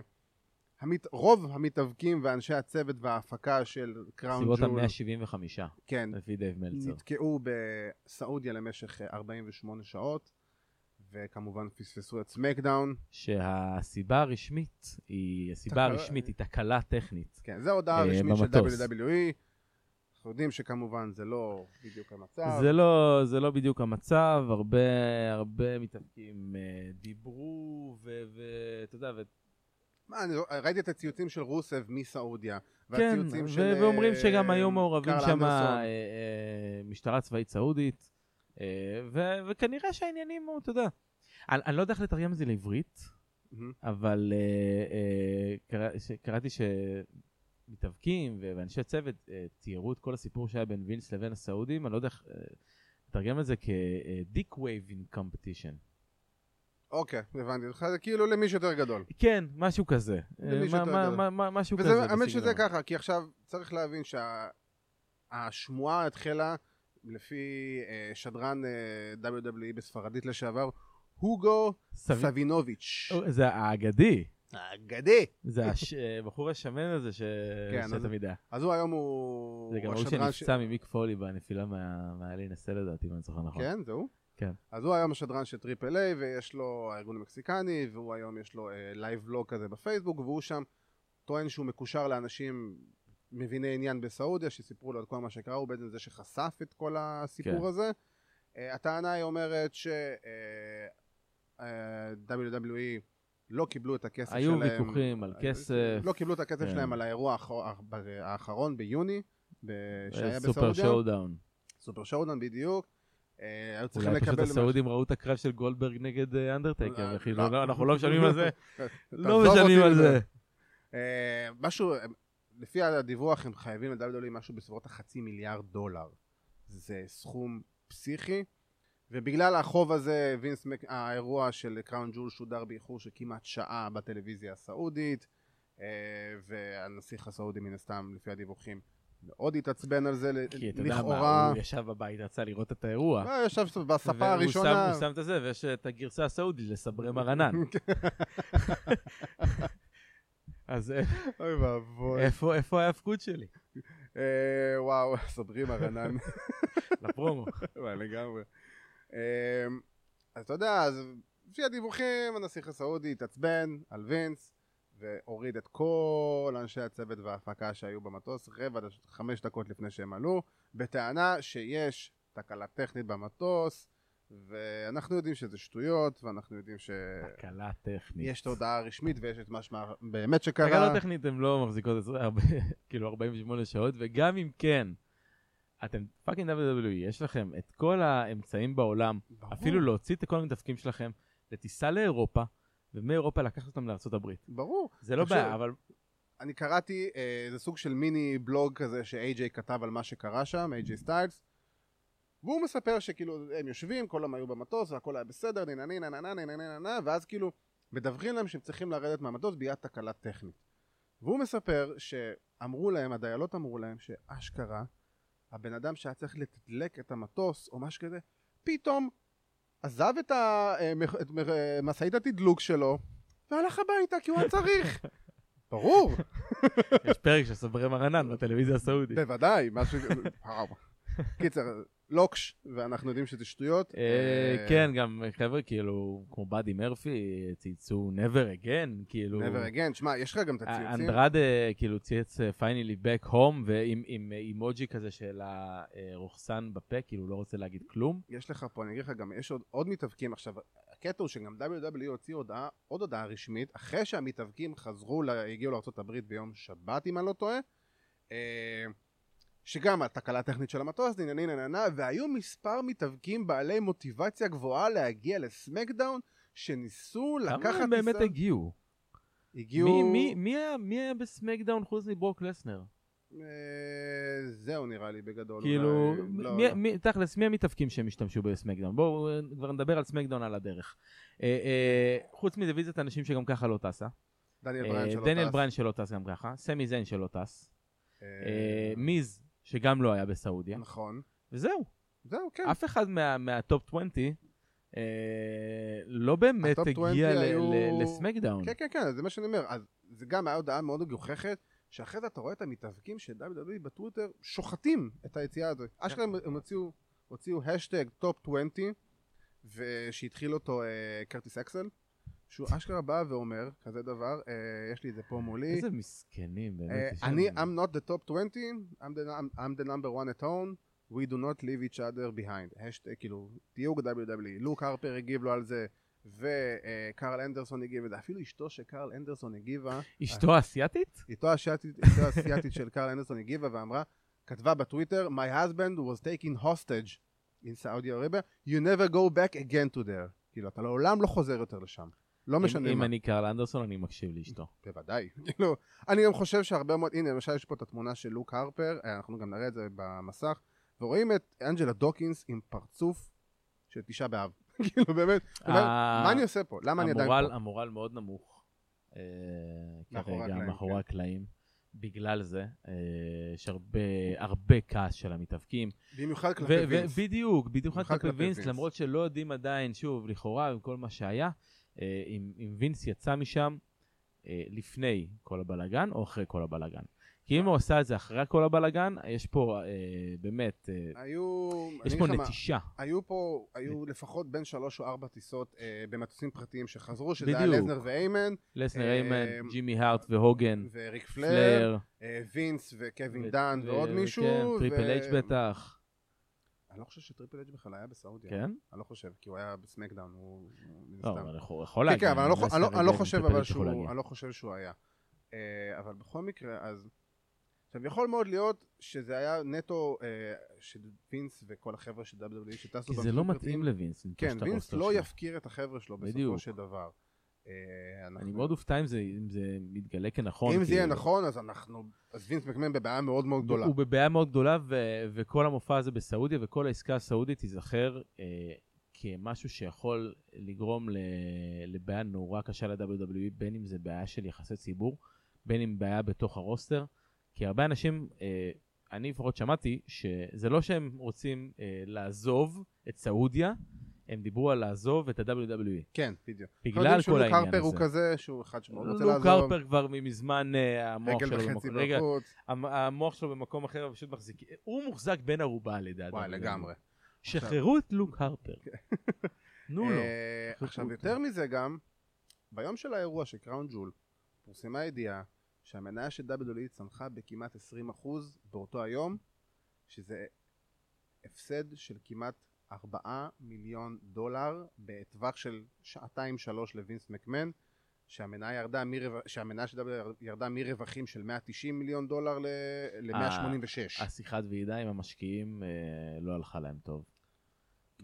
המת, רוב המתאבקים ואנשי הצוות וההפקה של קראון בסביבות ג'ול, אה, ה-175, כן, לפי דייב מלצר. נתקעו בסעודיה למשך אה, 48 שעות, וכמובן פספסו את סמקדאון. שהסיבה הרשמית היא, הסיבה תקלה- הרשמית היא תקלה טכנית. כן, זו ההודעה אה, הרשמית של במטוס. WWE. אנחנו יודעים שכמובן זה לא בדיוק המצב. זה לא, זה לא בדיוק המצב, הרבה, הרבה מתאפקים אה, דיברו, ואתה יודע, ו- מה, אני ראיתי את הציוצים של רוסב מסעודיה. כן, והציוצים ו- של, ואומרים אה, שגם היו מעורבים קרל שם אנדרסון. משטרה צבאית סעודית, אה, ו- וכנראה שהעניינים, הוא, אתה יודע, אני אני לא יודע איך לתרגם את זה לעברית, מהמם. אבל אה, אה, קרא- ש- קראתי שמתאבקים ו- ואנשי צוות אה, תיארו את כל הסיפור שהיה בין וינס לבין הסעודים, אני לא יודע איך אה, לתרגם את זה כדיק וייבינג קומפטישן. אוקיי, הבנתי אותך, זה כאילו למישהו יותר גדול. כן, משהו כזה. למי אה, שאתה מה- מה- יודע. מה- מה- משהו כזה. וזה, האמת בסגנון. שזה ככה, כי עכשיו צריך להבין שהשמועה התחילה לפי אה, שדרן אה, WWE בספרדית לשעבר, הוגו סבי- סבינוביץ'. זה האגדי. האגדי. זה הש- הבחור השמן הזה ש... כן, אז- שתמיד היה. אז הוא היום הוא... זה גם הוא ההוא השדרן ש- שנפצע ממיק פולי בנפילה מה- מהעלי נסה לדעתי, אם אני זוכר נכון. כן, זהו. כן. אז הוא היום השדרן של טריפל איי, ויש לו הארגון המקסיקני, והוא היום יש לו לייב לוג כזה בפייסבוק, והוא שם טוען שהוא מקושר לאנשים מביני עניין בסעודיה, שסיפרו לו את כל מה שקרה, הוא בעצם זה שחשף את כל הסיפור כן. הזה. אה, הטענה היא אומרת ש... אה, אה, WWE לא קיבלו את הכסף היו שלהם. ויכוחים על כסף. לא קיבלו את הכסף כן. שלהם על האירוע האחר- האחרון ביוני, ב- אה, שהיה אה, סופר בסעודיה. שואודאון. סופר שורדן בדיוק. אה, היו צריכים אולי לקבל... פשוט ממש- הסעודים ראו את הקרב של גולדברג נגד אה, אנדרטייקר, אה, וכי לא. לא, אנחנו לא משלמים על זה, לא תעזוב משלמים אותי על מזה. זה. אה, משהו, אה, לפי הדיווח הם חייבים ל-WWE משהו בסביבות החצי מיליארד דולר. זה סכום פסיכי. ובגלל החוב הזה, וינס, מק- האירוע של קראון ג'ול שודר באיחור של כמעט שעה בטלוויזיה הסעודית, אה, והנסיך הסעודי מן הסתם, לפי הדיווחים, מאוד התעצבן על זה, ל- כי אתה יודע מה, לכאורה. הוא ישב בבית, רצה לראות את האירוע. אה, ישב בספה והוא שם- הראשונה. הוא שם את הזה, ויש את הגרסה הסעודית לסברי מרנן. כן. אז אה, אוי ואבוי. איפה איפה ההאבקות שלי? אה, וואו, סברים הרנן. לפרומו. וואי, לגמרי. אמ, אז אתה יודע, אז לפי הדיווחים, הנסיך הסעודי התעצבן על וינס, והוריד את כל אנשי הצוות וההפקה שהיו במטוס רבע, דש- חמש דקות לפני שהם עלו, בטענה שיש תקלה טכנית במטוס, ואנחנו יודעים שזה שטויות, ואנחנו יודעים שיש תקלה טכנית. את ההודעה הרשמית ויש את מה שבאמת שקרה. תקלות טכנית הן לא מחזיקות את זה הרבה, כאילו 48 שעות, וגם אם כן, אתם פאקינג WWE, יש לכם את כל האמצעים בעולם, ברור. אפילו לא- להוציא את כל המתאפקים שלכם לטיסה לאירופה, ומאירופה לקחת אותם לארצות הברית. ברור. זה לא תקשיב, בעיה, אבל אני קראתי, אה, זה סוג של מיני בלוג כזה שאיי-ג'יי כתב על מה שקרה שם, איי-ג'יי סטיילס, והוא מספר שכאילו הם יושבים, כל היום היו במטוס והכל היה בסדר, נה נה נה נה נה נה נה נה נה ואז כאילו מדווחים להם שהם צריכים לרדת מהמטוס בגלל תקלה טכנית. והוא מספר שאמרו להם, הדיילות אמרו להם שאשכרה הבן אדם שהיה צריך לתדלק את המטוס או משהו כזה, פתאום עזב את, ה, אה, מח- את מח- אה, משאית התדלוק שלו והלך הביתה כי הוא היה צריך. ברור. יש פרק של סברי מרנן בטלוויזיה הסעודית. בוודאי, משהו... וואו. קיצר, לוקש, ואנחנו יודעים שזה שטויות. אה, כן, גם חבר'ה כאילו, כמו באדי מרפי, צייצו never again, כאילו... never again, שמע, יש לך גם אה, את הציוצים. אנדרד כאילו צייץ פיינלי back home ועם עם אה, אימוג'י כזה של הרוחסן בפה, כאילו לא רוצה להגיד כלום. יש לך פה, אני אגיד לך גם, יש עוד- עוד מתאבקים עכשיו. הקטע הוא שגם WWE הוציא הודעה, עוד הודעה רשמית, אחרי שהמתאבקים חזרו, ל- הגיעו לארה"ב ביום שבת, אם אני לא טועה, אה, שגם התקלה הטכנית של המטוס, נה נה נה נה נה, והיו מספר מתאבקים בעלי מוטיבציה גבוהה להגיע לסמקדאון, שניסו לקחת... כמה הם באמת ניסיון- הגיעו? הגיעו... מי- מי- מי היה- מי היה בסמקדאון חוץ מברוק לסנר? אה, זהו נראה לי בגדול. כאילו, אולי- לא, לא, מי- לא. מי- תכלס, מי המתאבקים שהם השתמשו בסמקדאון? בואו אה, כבר נדבר על סמקדאון על הדרך. אה, אה, חוץ מדיוויזיית אנשים שגם ככה לא טסה. דניאל אה, בריין שלא טס. דניאל בריין שלא טס גם ככה. סמי זיין שלא טס. אה, אה, מיז, שגם לא היה בסעודיה. נכון. וזהו. זהו, כן. אף אחד מה- מהטופ 20 אה, לא באמת הטופ 20 הגיע ל- היו- ל- לסמקדאון. כן, כן, כן, זה מה שאני אומר. אז זה גם היה הודעה מאוד מגוחכת, שאחרי זה אתה רואה את המתאבקים של WWE בטוויטר שוחטים את היציאה הזאת. כן. אשכרה הם- הם הוציאו- הוציאו השטג טופ 20, ושהתחיל אותו אה, קרטיס אקסל, שהוא אשכרה בא ואומר כזה דבר, אה, יש לי את זה פה מולי. איזה מסכנים, אה, באמת. יש אני, לנו- I'm not the top 20, I'm the, num- I'm the number one at home, we do not leave each other behind. השט, כאילו, דיוק WWE, לוק הרפר E. הגיב לו על זה, וקרל אנדרסון הגיב לזה, אפילו אשתו שקרל אנדרסון הגיבה, אשתו אסיאתית? אשתו האסייתית- אשתו האסייתית של קרל אנדרסון הגיבה ואמרה, כתבה בטוויטר, My husband was taken hostage in Saudi Arabia, you never go back again to there. כאילו, אתה לעולם לא חוזר יותר לשם. לא אם- משנה אם מה. אני קרל אנדרסון, אני מקשיב לאשתו. בוודאי. כאילו, אני גם חושב שהרבה מאוד, הנה למשל יש פה את התמונה של לוק הרפר, אה, אנחנו גם נראה את זה במסך, ורואים את אנג'לה דוקינס עם פרצוף של תשעה באב. כאילו באמת, אבל ה- מה אני עושה פה? למה אני עדיין אה, המורל- פה? המורל מאוד נמוך. אה, מאחורי כרגע, הקלעים, מאחורי כן. הקלעים. בגלל זה, אה, יש הרבה, הרבה כעס של המתאבקים. במיוחד ו- כלפי ו- וינס. בדיוק, בדיוק במיוחד כלפי כלפי וינס, וינס. למרות שלא יודעים עדיין, שוב, לכאורה, עם כל מה שהיה, אה, אם אם וינס יצא משם אה, לפני כל הבלגן או אחרי כל הבלגן. כי אם הוא עשה את זה אחרי כל הבלגן, יש פה אה, באמת, אה, היו, יש אני פה אגיד לך מה, נטישה. היו פה, היו לפחות בין שלוש או ארבע טיסות אה, במטוסים פרטיים שחזרו, שזה היה בדיוק. לזנר ואיימן, לסנר אה, איימן, ג'ימי הארט והוגן, וריק פלר, פלר, אה, וינס וקווין ו- דן ו- ועוד כן, מישהו. ו- טריפל אייץ' בטח, אני לא חושב שטריפל אייץ' בכלל היה בסעודיה. כן? אני לא חושב, כי הוא היה בסמקדאון, הוא... הוא מן לא, הסתם. אבל הוא יכול כן, להגיע. כן, אבל אני לא חו- אני לא- לסנר אני לא איימן, חושב טריפל אבל אייץ' יכול שהוא... להגיע. אני לא חושב שהוא היה. אה, אבל בכל מקרה, אז... עכשיו, יכול מאוד להיות שזה היה נטו אה, של וינס וכל החבר'ה של WWE שטסו... כי זה במטוסים לא פרטיים. מתאים לווינס. לנטוש כן, את וינס הרוסטר לא שלו. יפקיר את החבר'ה שלו בדיוק. בסופו של דבר. אה, אנחנו- אני מאוד אופתע אם זה- אם זה מתגלה כנכון. אם זה יהיה כאילו. נכון, אז אנחנו... אז וינס מקמן בבעיה מאוד מאוד גדולה. הוא בבעיה מאוד גדולה, ו- וכל המופע הזה בסעודיה, וכל העסקה הסעודית תיזכר אה, כמשהו שיכול לגרום ל- לבעיה נורא קשה ל-WWE, בין אם זה בעיה של יחסי ציבור, בין אם בעיה בתוך הרוסטר. כי הרבה אנשים, אה, אני לפחות שמעתי, שזה לא שהם רוצים אה, לעזוב את סעודיה, הם דיברו על לעזוב את ה-WWE. כן, בדיוק. בגלל כל העניין הזה. לא הוא כזה, שהוא אחד שמאוד רוצה לוק לעזוב. הרפר כבר מזמן אה, המוח רגל שלו וחצי במקום- רגע, בחוץ. המ- המוח שלו במקום אחר, ופשוט מחזיק... הוא מוחזק בין ערובה על ידי וואי, אדם. לגמרי. כן. שחררו את לוק לא. הרפר. תנו לו. כן. אה, חשוב עכשיו, אותו. יותר מזה גם, ביום של האירוע של קראון ג'ול, פורסמה הידיעה שהמניה של WWE צנחה בכמעט 20% באותו היום, שזה הפסד של כמעט 4 מיליון דולר בטווח של שעתיים-שלוש לווינס מקמן, שהמניה, ירדה מרו... שהמניה של WWE ירדה מרווחים של 190 מיליון דולר ל... ל-186. השיחת ועידה עם המשקיעים אה, לא הלכה להם טוב.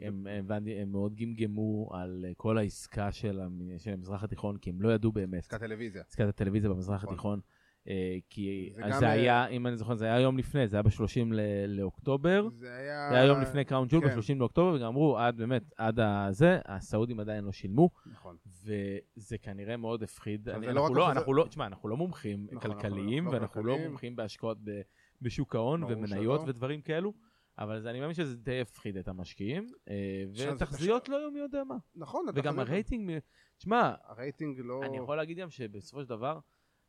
הם, הם, ואני- הם מאוד גמגמו על אה, כל העסקה של, המ- של המזרח התיכון, כי הם לא ידעו באמת. עסקת טלוויזיה. עסקת הטלוויזיה במזרח נכון. התיכון. אה, כי זה אז גם, זה אה, היה, אם אני זוכר, זה היה יום לפני, זה היה ב-30 לאוקטובר. זה היה... זה היה יום לפני קראון ג'ול, כן. ב-30 לאוקטובר, וגם אמרו, עד באמת, עד הזה, הסעודים עדיין לא שילמו. נכון. וזה כנראה מאוד הפחיד. אבל אני- זה לא אנחנו רק לא, החזר- אנחנו לא, תשמע, אנחנו לא מומחים נכון, אנחנו כלכליים, לא ואנחנו לא כלכליים. מומחים בהשקעות ב- בשוק ההון ברור ומניות שלא. ודברים כאלו, אבל זה- אני מאמין שזה די הפחיד את המשקיעים, אה, עכשיו, זה ותחזיות קשה. לא היו מי יודע מה. נכון, אתה וגם צודק. הרייטינג, מ- תשמע, הרייטינג לא... אני יכול להגיד גם שבסופו של דבר,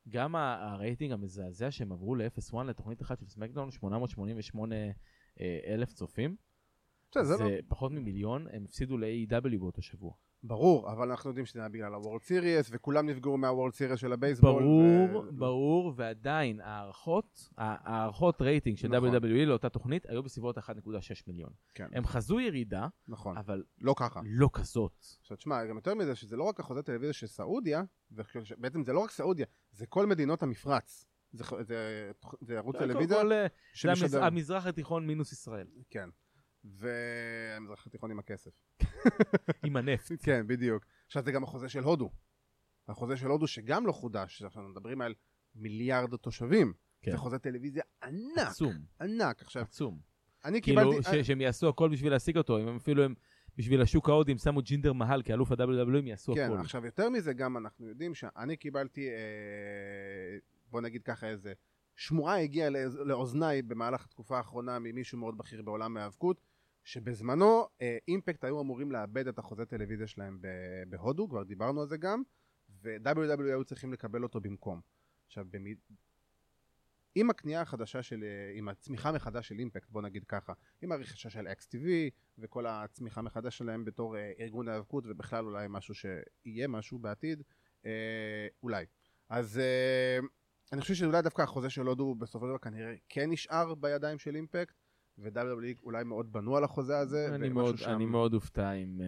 גם ה- הרייטינג המזעזע שהם עברו ל-0-1 לתוכנית אחת של סמקדאון, 888 אה, אלף צופים, בסדר, זה זה לא- פחות ממיליון, הם הפסידו ל-AEW באותו שבוע. ברור, אבל אנחנו יודעים שזה היה בגלל הוורלד סיריס, וכולם נפגעו מהוורלד סיריס של הבייסבול. ברור, לא- ו- ברור, ועדיין הערכות, ה- הערכות רייטינג של נכון. WWE לאותה תוכנית היו בסביבות 1.6 מיליון. כן, הם אה- חזו ירידה, נכון. אבל לא ככה. לא כזאת. עכשיו תשמע, גם יותר מזה, שזה לא רק החוזה טלוויזיה של סעודיה, בעצם זה לא רק סעודיה, זה כל מדינות המפרץ. זה ח- זה- זה ערוץ טלוויזיה כל- כל, אה, זה המז- שמשדר. המזרח התיכון מינוס ישראל, כן. והמזרח התיכון עם הכסף. עם הנפט. כן, בדיוק. עכשיו זה גם החוזה של הודו. החוזה של הודו שגם לא חודש, אנחנו מדברים על מיליארד תושבים. כן. זה חוזה טלוויזיה ענק, עצום, ענק. עכשיו, עצום. כן. אני כאילו, קיבלתי... אה, ש- שהם יעשו הכל בשביל להשיג אותו, אם הם אפילו הם, בשביל השוק ההודי, הם שמו ג'ינדר מהל כאלוף ה-WWE, הם יעשו כן, הכל. עכשיו יותר מזה גם אנחנו יודעים שאני קיבלתי, אה, בוא נגיד ככה איזה, שמועה הגיעה לאז- לאוזניי במהלך התקופה האחרונה ממישהו מאוד בכיר בעולם ההיאבקות, שבזמנו אה, אימפקט היו אמורים לאבד את החוזה טלוויזיה שלהם ב- בהודו, כבר דיברנו על E זה גם, ו-WW היו צריכים לקבל אותו במקום. עכשיו, במי... עם הקנייה החדשה של, אה, עם הצמיחה מחדש של אימפקט, בוא נגיד ככה, עם הרכישה של XTV וכל הצמיחה מחדש שלהם בתור אה, ארגון ההיאבקות ובכלל אולי משהו שיהיה משהו בעתיד, אה, אולי. אז אה, אני חושב שאולי דווקא החוזה של הודו בסופו של דבר כנראה כן נשאר בידיים של אימפקט, ו-WWE אולי מאוד בנו על החוזה הזה. אני ומשהו מאוד, שם- אני מאוד אופתע אם אה,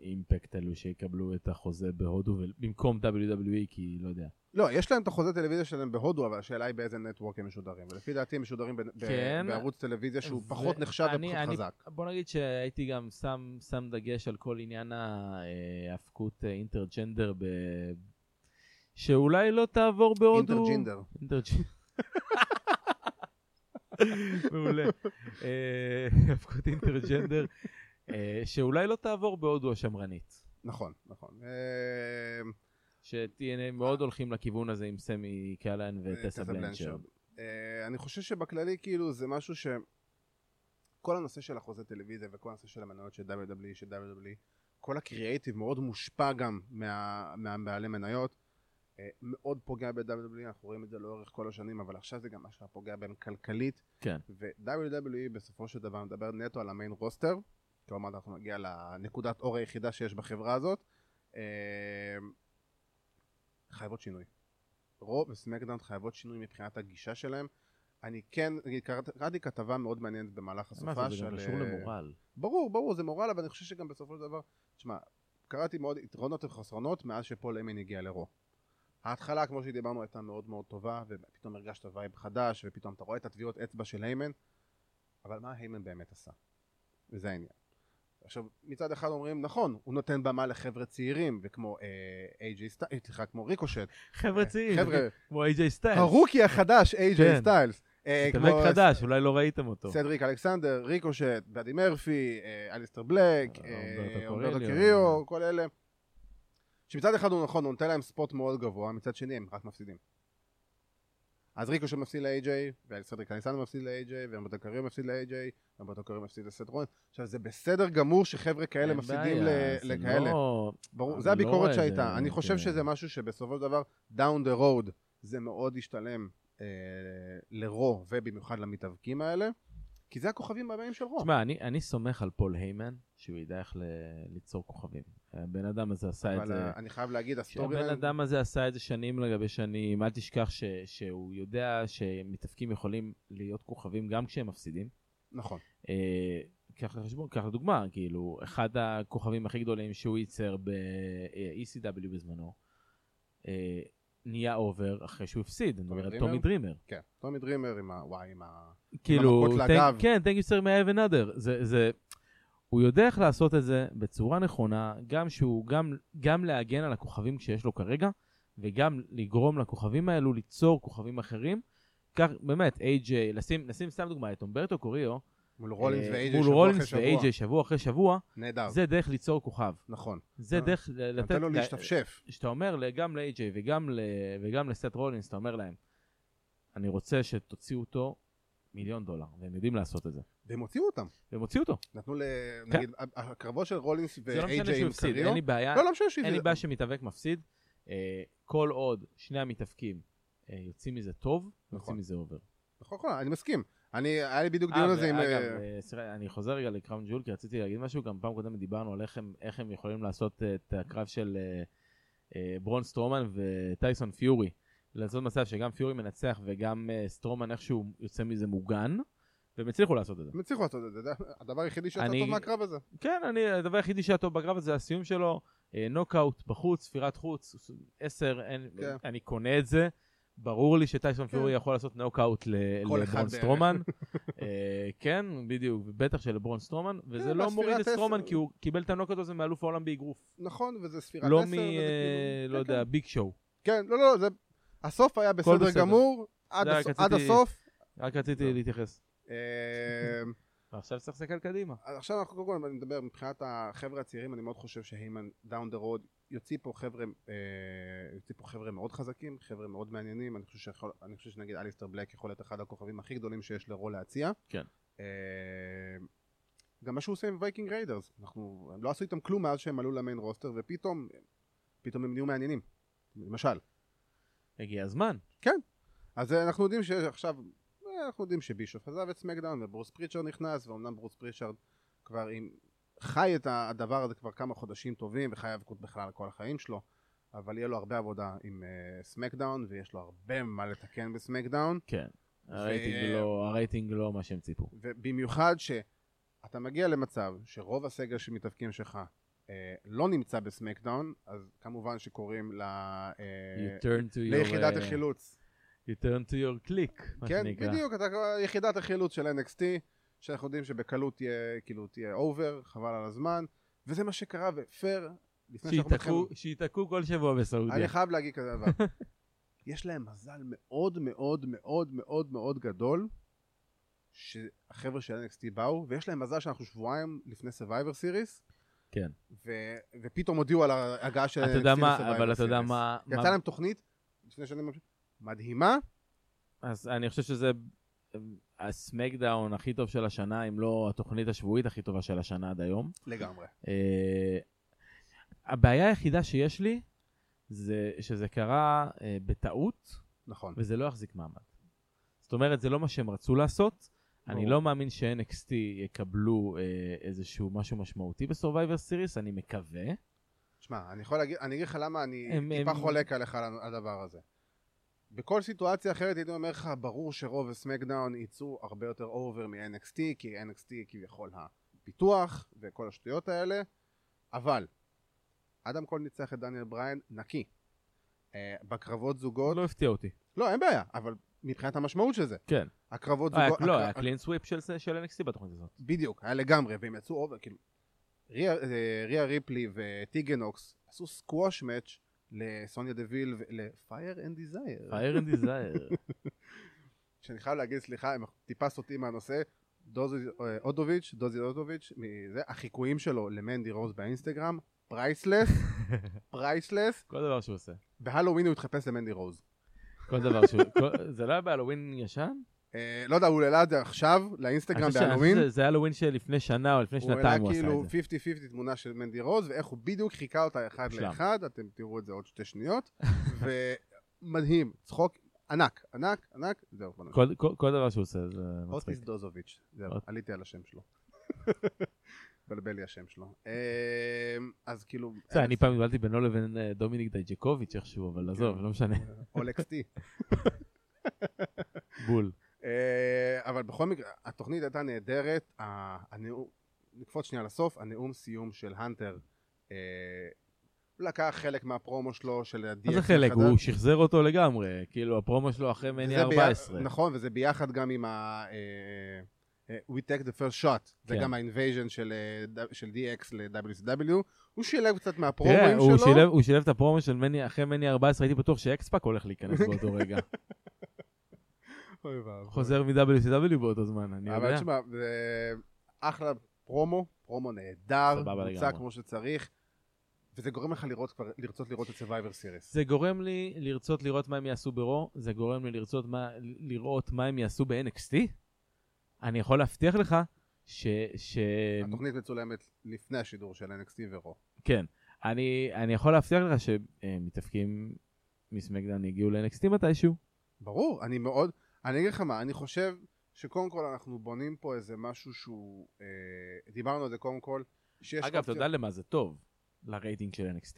אימפקט עלו שיקבלו את החוזה בהודו ול- במקום WWE כי לא יודע. לא, יש להם את החוזה טלוויזיה שלהם בהודו, אבל השאלה היא באיזה נטוורק הם משודרים. ולפי דעתי הם משודרים ב- ב- כן. בערוץ טלוויזיה שהוא ו- פחות נחשב אני- ופחות אני- חזק. בוא נגיד שהייתי גם שם, שם דגש על כל עניין ההאבקות אה, אינטרג'נדר ב... שאולי לא תעבור בהודו. אינטרג'ינדר. אינטרג'ינדר. מעולה. אה, האבקות אינטרג'נדר, אה, שאולי לא תעבור בהודו השמרנית. נכון, נכון. אה, שתהיה מאוד הולכים לכיוון הזה עם סמי קלן וטסה טסה בלנצ'רד. בלנצ'רד. אה, אני חושב שבכללי כאילו זה משהו ש... כל הנושא של החוזה טלוויזיה וכל הנושא של המניות של WWE, של WWE, כל הקריאייטיב מאוד מושפע גם מה- מהבעלי מניות, אה, מאוד פוגע ב-WWE, אנחנו רואים את זה לאורך כל השנים, אבל עכשיו זה גם מה שפוגע בהם כלכלית. כן. ו-WWE E בסופו של דבר מדבר נטו על המיין רוסטר, כלומר אנחנו נגיע לנקודת אור היחידה שיש בחברה הזאת. אה, חייבות שינוי. רו וסמקדאון חייבות שינוי מבחינת הגישה שלהם. אני כן, נגיד, קראת- קראתי כתבה מאוד מעניינת במהלך מה הסופה אה, זה, זה גם קשור למורל. ברור, ברור, זה מורל, אבל אני חושב שגם בסופו של דבר, תשמע, קראתי מאוד יתרונות וחסרונות מאז שפול אמן הגיע לרו. ההתחלה, כמו שדיברנו, הייתה מאוד מאוד טובה, ופתאום הרגשת וייב חדש, ופתאום אתה רואה את הטביעות אצבע של היימן, אבל מה היימן באמת עשה? וזה העניין. עכשיו, מצד אחד אומרים, נכון, הוא נותן במה לחבר'ה צעירים, וכמו אה, איי-ג'י סטייל, סליחה, כמו ריקושט, חבר'ה צעירים, אה, חבר'ה, כמו איי-ג'יי סטיילס. הרוקי החדש, איי-ג'יי כן. סטיילס. אה, מתאבק חדש, אולי לא ראיתם אותו. סדריק אלכסנדר, ריקושט, באדי מרפי, אה, אליסטר בלק, אה, אה, אומברטו אומברטו קוריליו. אה. קריו, כל אלה. שמצד אחד הוא נכון, הוא נותן להם ספוט מאוד גבוה, מצד שני הם רק מפסידים. אז ריקושט מפסיד לאיי-ג'יי, וסדריק אלכסנדר מפסיד לאיי-ג'יי, ואומברטו קריו מפסיד לאיי-ג'יי, ואומברטו קריו מפסיד לסט רולינס. עכשיו זה בסדר גמור שחבר'ה כאלה אין מפסידים בעיה, ל- זה לכאלה. אה. לא- ברור, אני זה לא הביקורת רואה את שהייתה. זה, אני חושב כן. שזה משהו שבסופו של דבר, down the road, זה מאוד ישתלם אה, לרו, ובמיוחד למתאבקים האלה, כי זה הכוכבים הבאים של רו. תשמע, אני- אני סומך על פול היימן, שהוא ידע איך ל- ליצור כוכבים. הבן אדם הזה עשה את אבל זה. אה, אני חייב להגיד, הסטורי הבן ליין, אדם הזה עשה את זה שנים לגבי שנים, אל תשכח ש- שהוא יודע שמתאפקים יכולים להיות כוכבים גם כשהם מפסידים. נכון, אה, קח לחשבון, קח לדוגמה, כאילו, אחד הכוכבים הכי גדולים שהוא ייצר ב-ECW בזמנו, אה, נהיה אובר אחרי שהוא הפסיד, אני מדבר על דרימר? טומי דרימר. כן. טומי דרימר עם ה... וואי, עם ה... כאילו, המכות thank- לגב. כן, thank you sir may I have another. זה, זה, הוא יודע איך לעשות את זה בצורה נכונה, גם שהוא, גם, גם להגן על הכוכבים שיש לו כרגע, וגם לגרום לכוכבים האלו ליצור כוכבים אחרים. כך, באמת, איי-ג'יי, נשים, נשים סתם דוגמא את אומברטו קוריו, מול רולינס אה, ואייג'יי מול שבוע אחרי רולינס שבוע. ואייג'יי שבוע אחרי שבוע, נהדר, זה דרך ליצור כוכב. נכון. זה אה, דרך ל- לתת... נותן לו ל- להשתפשף. שאתה אומר ל- גם ל-AJ וגם, ל... וגם לסט רולינס, אתה אומר להם, אני רוצה שתוציאו אותו מיליון דולר, והם יודעים לעשות את זה. והם הוציאו אותם. והם הוציאו אותו. נתנו ל... נגיד, הקרבות של רולינס כן. זה לא משנה ואייג'יי שהוא עם הפסיד, קריו. אין לי בעיה, לא, לא משנה שהוא אין לי הפסיד. בעיה שמתאבק מפסיד. אה, כל עוד שני המתאבקים אה, יוצאים מזה טוב, נכון. יוצאים מזה אובר. נכון, נכון, אני מסכים. אני, היה לי בדיוק אה, דיון על זה עם... ואגב, אה, אה, סליחה, אני חוזר רגע לקראון ג'ול, כי רציתי להגיד משהו, גם פעם קודמת דיברנו על איך הם- איך הם יכולים לעשות אה, את הקרב של אה, אה, ברון סטרומן וטייסון פיורי. לעשות מצב שגם פיורי מנצח וגם אה, סטרומן איכשהו יוצא מזה מוגן, והם הצליחו לעשות את זה. הם הצליחו לעשות את זה, זה הדבר היחידי שיצא אני- טוב מהקרב הזה. כן, אני, הדבר היחידי שהיה טוב בקרב הזה, זה הסיום שלו, אה, נוקאוט בחוץ, ספירת חוץ, ס- עשר, אין, כן. אני קונה את זה. ברור לי שטייסון כן. פיורי יכול לעשות נוקאוט ל- כל אחד לברון בערך. סטרומן. אה, כן, בדיוק, בטח שלברון סטרומן, וזה כן, לא בספירת מוריד את עשר. סטרומן כי הוא קיבל את הנוקאוט הזה מאלוף העולם באגרוף. נכון, וזה ספירת לא עשר, מ... וזה כאילו- אה, כן, לא יודע, כן. ביג שואו. כן, לא, לא, זה... הסוף היה בסדר בסדר. גמור, עד זה רק הסוף- עד רציתי- הסוף. רק רציתי לא. להתייחס. אה, ועכשיו צריך להסתכל קדימה. אז עכשיו אנחנו קודם כל נדבר מבחינת החבר'ה הצעירים, אני מאוד חושב שהיימן דאון דה רוד יוציא פה חבר'ה, אה, יוציא פה חבר'ה מאוד חזקים, חבר'ה מאוד מעניינים, אני חושב, שיכול, אני חושב שנגיד אליסטר בלק יכול להיות אחד הכוכבים הכי גדולים שיש לרו להציע. כן. אה, גם מה שהוא עושה עם וייקינג ריידרס, אנחנו, הם לא עשו איתם כלום מאז שהם עלו למיין רוסטר, ופתאום, פתאום הם נהיו מעניינים, למשל. הגיע הזמן. אז אה, אנחנו יודעים שעכשיו, אה, אנחנו יודעים שבישוף עזב את סמקדאון וברוס פריצ'רד נכנס, ואומנם ברוס פריצ'רד כבר עם... חי את הדבר הזה כבר כמה חודשים טובים, וחי האבקות בכלל על כל החיים שלו, אבל יהיה לו הרבה עבודה עם אה, סמקדאון, ויש לו הרבה מה לתקן בסמקדאון. כן. הרייטינג לא, הרייטינג לא מה שהם ציפו. ובמיוחד שאתה מגיע למצב שרוב הסגל שמתאבקים שלך אה, לא נמצא בסמקדאון, אז כמובן שקוראים ל... אה, You turn to your... ליחידת אה, החילוץ. You turn to your click, מה כן, שנקרא. בדיוק, אתה, יחידת החילוץ של NXT, שאנחנו יודעים שבקלות תהיה, כאילו, תהיה אובר, חבל על הזמן, וזה מה שקרה, ופייר, לפני שאנחנו שייתקעו- שייתקעו כל שבוע אני בסעודיה. חייב להגיד כזה דבר. יש להם מזל מאוד מאוד מאוד מאוד מאוד גדול שהחבר'ה של NXT באו, ויש להם מזל שאנחנו שבועיים לפני Survivor Series, כן. ו- ופתאום הודיעו על ההגעה של NXT אתה יודע מה, ל-Survivor אבל אתה יודע Series. מה... מה- יצא להם תוכנית, לפני שאני ממשיך, מדהימה, אז אני חושב שזה הסמקדאון הכי טוב של השנה, אם לא התוכנית השבועית הכי טובה של השנה עד היום. לגמרי. אה, הבעיה היחידה שיש לי, זה שזה קרה אה, בטעות, נכון. וזה לא יחזיק מעמד. זאת אומרת, זה לא מה שהם רצו לעשות. אני ברור. לא מאמין ש-NXT יקבלו אה, איזשהו משהו משמעותי בסורווייבר סיריס, אני מקווה. שמע, אני יכול להגיד, אני אגיד לך למה אני הם- טיפה הם- חולק עליך על הדבר הזה. בכל סיטואציה אחרת הייתי אומר לך, ברור שרוב וסמקדאון יצאו הרבה יותר אובר מ-NXT, כי NXT כביכול הפיתוח וכל השטויות האלה, אבל אדם קול ניצח את דניאל בריין נקי. אה, בקרבות זוגות, לא הפתיע אותי. לא, אין בעיה, אבל מבחינת המשמעות של זה, כן. הקרבות היה- זוגות, לא, הקר- היה קלין סוויפ של של NXT בתוכנית הזאת. בדיוק, היה לגמרי, והם יצאו אובר, כאילו, ריה, אה, ריה ריפלי וטיגנוקס עשו סקווש מאץ' לסוניה דוויל ולפייר אנד דיזייר. פייר אנד דיזייר. שאני חייב להגיד, סליחה, הם טיפה סוטים מהנושא, דוזי אה, אודוביץ', דוזי אודוביץ', מזה, החיקויים שלו למנדי רוז באינסטגרם, פרייסלס, פרייסלס, כל דבר שהוא עושה. בהלואוין הוא התחפש למנדי רוז. כל דבר שהוא... כל- זה לא היה בהלווין ישן? אה, לא יודע, הוא העלה את זה עכשיו, לאינסטגרם אני חושב ש- אני בהלואוין. חושב שזה הלווין שלפני שנה או לפני הוא שנתיים העלה הוא עשה כאילו את 50-50 זה. תמונה של מנדי רוז, ואיך הוא בדיוק חיכה אותה אחד מושלם. לאחד, אתם תראו את זה עוד שתי שניות, ומדהים, צחוק ענק, ענק, ענק, זהו, בוא נמשיך. כל- כל- כל דבר שהוא עושה זה מצחיק. אוטיס דוזוביץ', זהו, אוט- עליתי על השם שלו. בלבל לי השם שלו. אמ, אז כאילו, אתה יודע, אני פעם התבלבלתי בינו לבין אה, דומיניק דייג'קוביץ' איכשהו, אבל כן. עזוב, לא משנה. אולקסטי. בול. אה, אבל בכל מקרה, התוכנית הייתה נהדרת, ה- הנאום, נקפוץ שנייה לסוף, הנאום סיום של הנטר, אה, הוא לקח חלק מהפרומו שלו של ה-DX מה זה חלק? החדש. הוא שחזר אותו לגמרי. כאילו, הפרומו שלו אחרי מניה וזה ביה- 14. נכון, וזה ביחד גם עם ה... אה, אה, We take the first shot, זה כן. גם ה-invasion של אה, ד- של DX ל-WCW, הוא שילב קצת תראה, מהפרומים כן, הוא שילב- שלו, הוא שילב את הפרומו של מניה, אחרי מניה 14, הייתי בטוח שאקספאק הולך להיכנס באותו רגע. אוי ואבוי. חוזר מ-WCW באותו זמן, אני אבל יודע. תשמע, זה אחלה פרומו, פרומו נהדר, סבבה מוצע לגמרי. כמו שצריך, וזה גורם לך לראות כבר, לרצות לראות את Survivor Series. זה גורם לי לרצות לראות מה הם יעשו ברו, זה גורם לי לרצות מה, לראות מה הם יעשו ב-NXT. אני יכול להבטיח לך ש... ש... התוכנית מצולמת לפני השידור של NXT ורו. כן. אני, אני יכול להבטיח לך שמתאפקים מסמקדאון יגיעו ל-NXT מתישהו. ברור, אני מאוד, אני אגיד לך מה, אני חושב שקודם כל אנחנו בונים פה איזה משהו שהוא, אה, דיברנו על זה קודם כל, שיש אגב, אתה אופציות- יודע למה זה טוב? לרייטינג של NXT.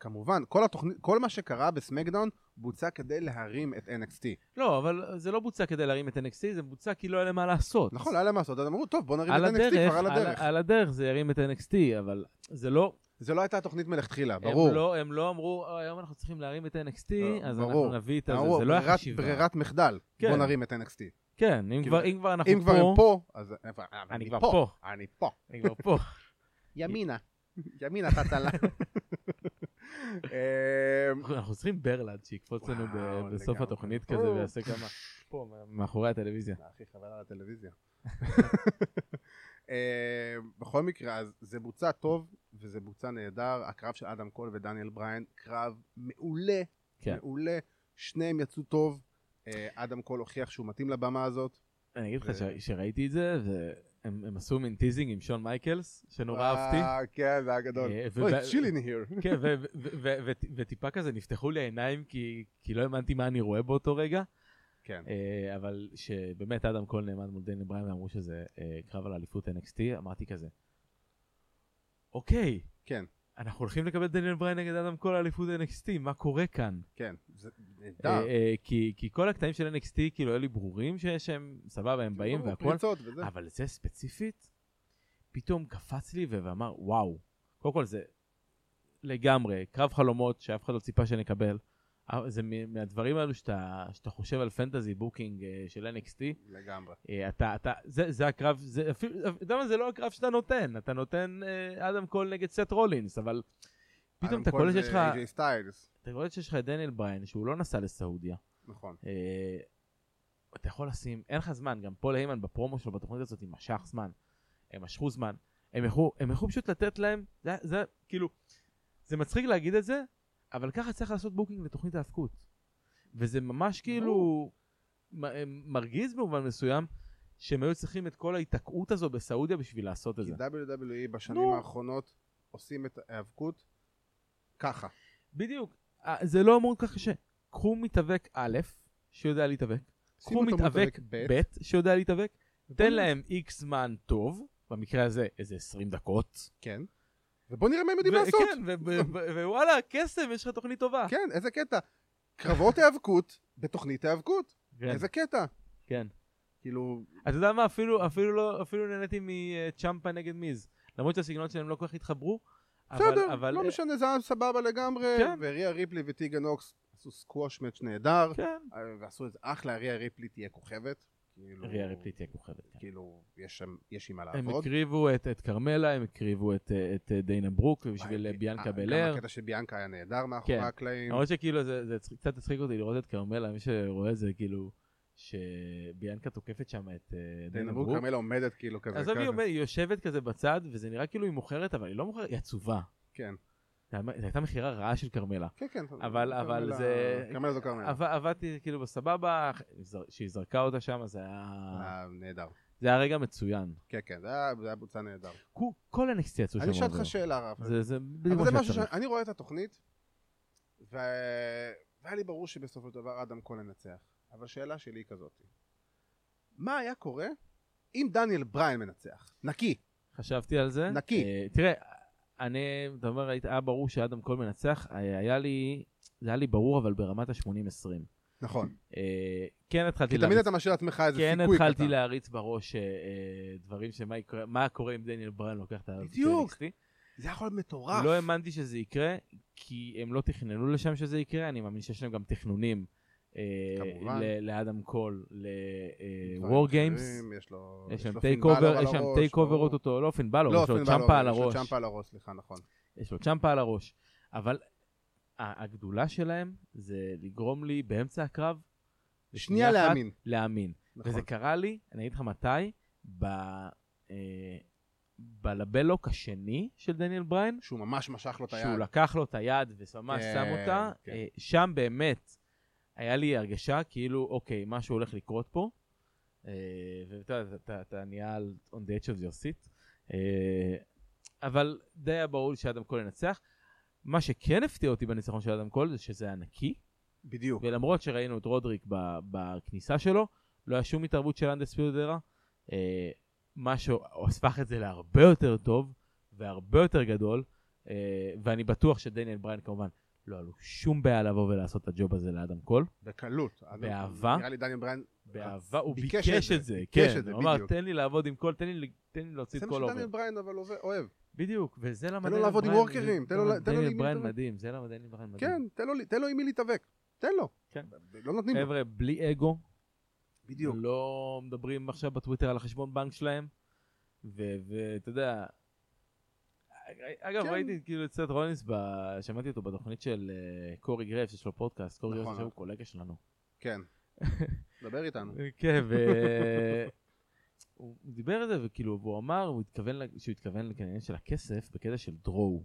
כמובן, כל התוכנית, כל מה שקרה בסמקדאון בוצע כדי להרים את NXT. לא, אבל זה לא בוצע כדי להרים את NXT, זה בוצע כי לא היה להם מה לעשות. נכון, לא היה להם מה לעשות, אז אמרו, טוב, בוא נרים על את NXT הדרך, כבר על הדרך. על, על הדרך זה ירים את NXT, אבל זה לא, זה לא הייתה תוכנית מלכתחילה, הם ברור. לא, הם לא אמרו, "אה, היום אנחנו צריכים להרים את NXT, לא, אז ברור. אנחנו נביא את הזה, אמרו, זה לא היה ברירת- חשיבה. ברירת מחדל, כן. בוא נרים את NXT. כן, אם כאילו, כבר- אם כבר אנחנו אם כבר הם פה, פה, אז אבל אני כבר פה. אני פה. אני כבר פה. ימינה. ימינה תצלה. אמ, אנחנו צריכים ברלד שיקפוץ לנו ב- וואו, בסוף לגמרי. התוכנית כזה או. ויעשה כמה, פה, מה- מאחורי הטלוויזיה. אחי, חבל על הטלוויזיה. אה, בכל מקרה, אז זה בוצע טוב, וזה בוצע נהדר. הקרב של אדם קול ודניאל בריין, קרב מעולה, כן. מעולה. שניהם יצאו טוב. אה, אדם קול הוכיח שהוא מתאים לבמה הזאת. אני אגיד לך זה- ש- שראיתי את זה, והם הם עשו מין טיזינג עם שון מייקלס, שנורא אה, אהבתי. כן, זה היה גדול. אה, ו- אוי, ו- צ'ילין היר. כן, ו- ו- ו- ו- וטיפה כזה נפתחו לי העיניים כי כי לא האמנתי מה אני רואה באותו רגע. כן. אה, אבל שבאמת אדם קול נעמד מול דני בריין ואמרו שזה אה, קרב על אליפות NXT, אמרתי כזה, אוקיי, כן, אנחנו הולכים לקבל דניאל בריין נגד אדם קול על אליפות NXT, מה קורה כאן? כן. זה אה, נהדר. אה, כי כי כל הקטעים של NXT כאילו היו לי ברורים ש- שהם סבבה כן, הם באים והכל, אה, פריצות וזה. אבל זה ספציפית, פתאום קפץ לי ו- ואמר וואו, קודם כל זה לגמרי קרב חלומות שאף אחד לא ציפה שנקבל, אה, זה מ- מהדברים האלו שאתה שאתה חושב על פנטזי בוקינג אה, של NXT, לגמרי. אה, אתה, אתה, זה, זה הקרב, זה אפילו, אתה יודע מה, זה לא הקרב שאתה נותן, אתה נותן אה, אדם קול נגד סט רולינס, אבל פתאום אתה קולט שיש לך, איי.ג'יי סטיילס. אתה קולט שיש לך את דניאל בריין, שהוא לא נסע לסעודיה. נכון. אה, אתה יכול לשים, אין לך זמן, גם פול היימן בפרומו שלו בתוכנית הזאת משך זמן, הם משכו זמן, הם יכלו, הם יכלו פשוט לתת להם, זה, זה כאילו, זה מצחיק להגיד את זה, אבל ככה צריך לעשות בוקינג לתוכנית ההאבקות. וזה ממש כאילו מ- מרגיז במובן מסוים, שהם היו צריכים את כל ההיתקעות הזו בסעודיה בשביל לעשות את כי זה. WWE בשנים נו. האחרונות עושים את ההיאבקות ככה. בדיוק, אה, זה לא אמור להיות ככה קשה. קחו מתאבק א', שיודע להתאבק, שימו קחו אותו מתאבק ב', ב', שיודע להתאבק, ובוא תן נראה. להם איקס זמן טוב, במקרה הזה איזה 20 דקות. כן. ובוא נראה מה הם יודעים ו- לעשות. כן, ו- ו- ו- ווואלה, קסם, יש לך תוכנית טובה. כן, איזה קטע. קרבות היאבקות בתוכנית היאבקות. כן, איזה קטע. כן. כאילו, אתה יודע מה, אפילו אפילו לא, אפילו נהניתי מצ'מפה נגד מיז. למרות שהסגנונות שלהם לא כל כך התחברו, אבל- בסדר, אבל... אה, לא משנה, זה היה סבבה לגמרי. כן. וריה ריפלי וטיגה נוקס עשו סקווש מאץ' נהדר. אה, כן. ועשו את זה אחלה, ריה ריפלי תהיה כוכבת. כאילו- ריה ריפלי תהיה כוכבת. כן. כאילו, יש שם- יש עם מה הם לעבוד. הקריבו את את כרמלה, הם הקריבו את אה, את, אה, דיינה ברוק בשביל אה, וואי, אה, ביאנקה גם בלר. הקטע של ביאנקה היה נהדר מאחורי כן. הקלעים. למרות שכאילו זה, זה צ- קצת הצחיק אותי לראות את כרמלה, מי שרואה את זה כאילו, שביאנקה תוקפת שם את אה, דנה דנברג ברוק. כרמלה עומדת כאילו כזה. עזוב, היא ככה. עומדת, היא יושבת כזה בצד, וזה נראה כאילו היא מוכרת, אבל היא לא מוכרת, היא עצובה. כן, זה היה- זו הייתה מכירה רעה של כרמלה. כן, כן. אבל- אבל כרמלה- זה- כרמלה זו כרמלה. עב- עבדתי כאילו בסבבה, זר- שהיא זרקה אותה שם, זה היה... אה, נהדר. זה היה רגע מצוין. כן, כן, זה היה- זה היה בוצע נהדר. כו- כל NXT יצאו שם. אני אשאל אותך עובר. שאלה, רב. זה- זה בדיוק אבל זה מה משהו שצריך. שאני רואה את התוכנית, ו- והיה לי ברור שבסופו של דבר אדם קול ינצח. אבל השאלה שלי היא כזאת. מה היה קורה אם דניאל בריין מנצח? נקי. חשבתי על זה. נקי. אה, תראה, אני, אתה אומר, היית- היה ברור שאדם קול מנצח, אה, היה לי, זה היה לי ברור, אבל ברמת ה-80-20. נכון. אה, כן התחלתי כי תמיד אתה משאיר לעצמך איזה כן סיכוי קטן. התחלתי להריץ בראש אה, אה, דברים שמה יקרה, מה קורה אם דניאל בריין לוקח את האליפות של בדיוק. NXT. זה יכול להיות מטורף. לא האמנתי שזה יקרה, כי הם לא תכננו לשם שזה יקרה, אני מאמין שיש להם גם תכנונים. אה, כמובן. ל- לאדם קול, דברים ל-war games, אחרים, יש לו יש להם לו טייק פין בלור אובר, על יש להם הראש, טייק אובר ברור. אוטוטו, לא פין בלור, לא, יש לו פין בלור, צ'מפה על יש הראש, לו צ'מפה על הראש, סליחה, נכון. יש לו צ'מפה על הראש, אבל ה- הגדולה שלהם זה לגרום לי באמצע הקרב, שנייה אחת, להאמין. להאמין. נכון. וזה קרה לי, אני אגיד לך מתי, ב... אה, בלבלוק השני של דניאל בריין, שהוא ממש משך לו את היד. שהוא לקח לו את היד וממש כן, שם אותה, כן. אה, שם באמת היה לי הרגשה כאילו, אוקיי, משהו הולך לקרות פה, אה, ואתה יודע, אתה- אתה נהיה על on the edge of your seat, אה, אבל די היה ברור לי שאדם קול ינצח. מה שכן הפתיע אותי בניצחון של אדם קול זה שזה היה נקי, בדיוק. ולמרות שראינו את רודריק ב- בכניסה שלו, לא היה שום התערבות של אנדס פיודרה. אה, משהו הפך את זה להרבה יותר טוב והרבה יותר גדול, אה, ואני בטוח שדניאל בריין כמובן לא היה לו שום בעיה לבוא ולעשות את הג'וב הזה לאדם קול. בקלות. אדם- באהבה. נראה לי דניאל בריין... באהבה, הוא ביקש את ביקש זה, את זה, ביקש כן, את זה, הוא אמר בדיוק. תן לי לעבוד עם קול, תן לי תן לי להוציא זה את מה כל שדניאל אובר. בריין אבל עובד- אוהב. בדיוק, וזה למה תן לו לעבוד עם בריין- וורקרים, תן לו- תן לו דניאל להימין בריין דברים. מדהים, זה למה דניאל בריין מדהים. כן, תן לו- תן לו עם מי להתאבק. תן לו. כן. לא נותנים לו. חבר'ה, בלי אגו, בדיוק. לא מדברים עכשיו בטוויטר על החשבון בנק שלהם, ו- ואתה יודע... אגב, כן. ראיתי כאילו את סט רולינס, ב- שמעתי אותו בתוכנית של אה, קורי גרף, שיש לו פודקאסט, קורי גרף נכון. עכשיו הוא קולגה שלנו. כן. דבר איתנו. כן, ו- הוא הוא דיבר על זה, וכאילו, והוא אמר, הוא התכוון, ל- שהוא התכוון כנראה של הכסף, בקטע של דרואו.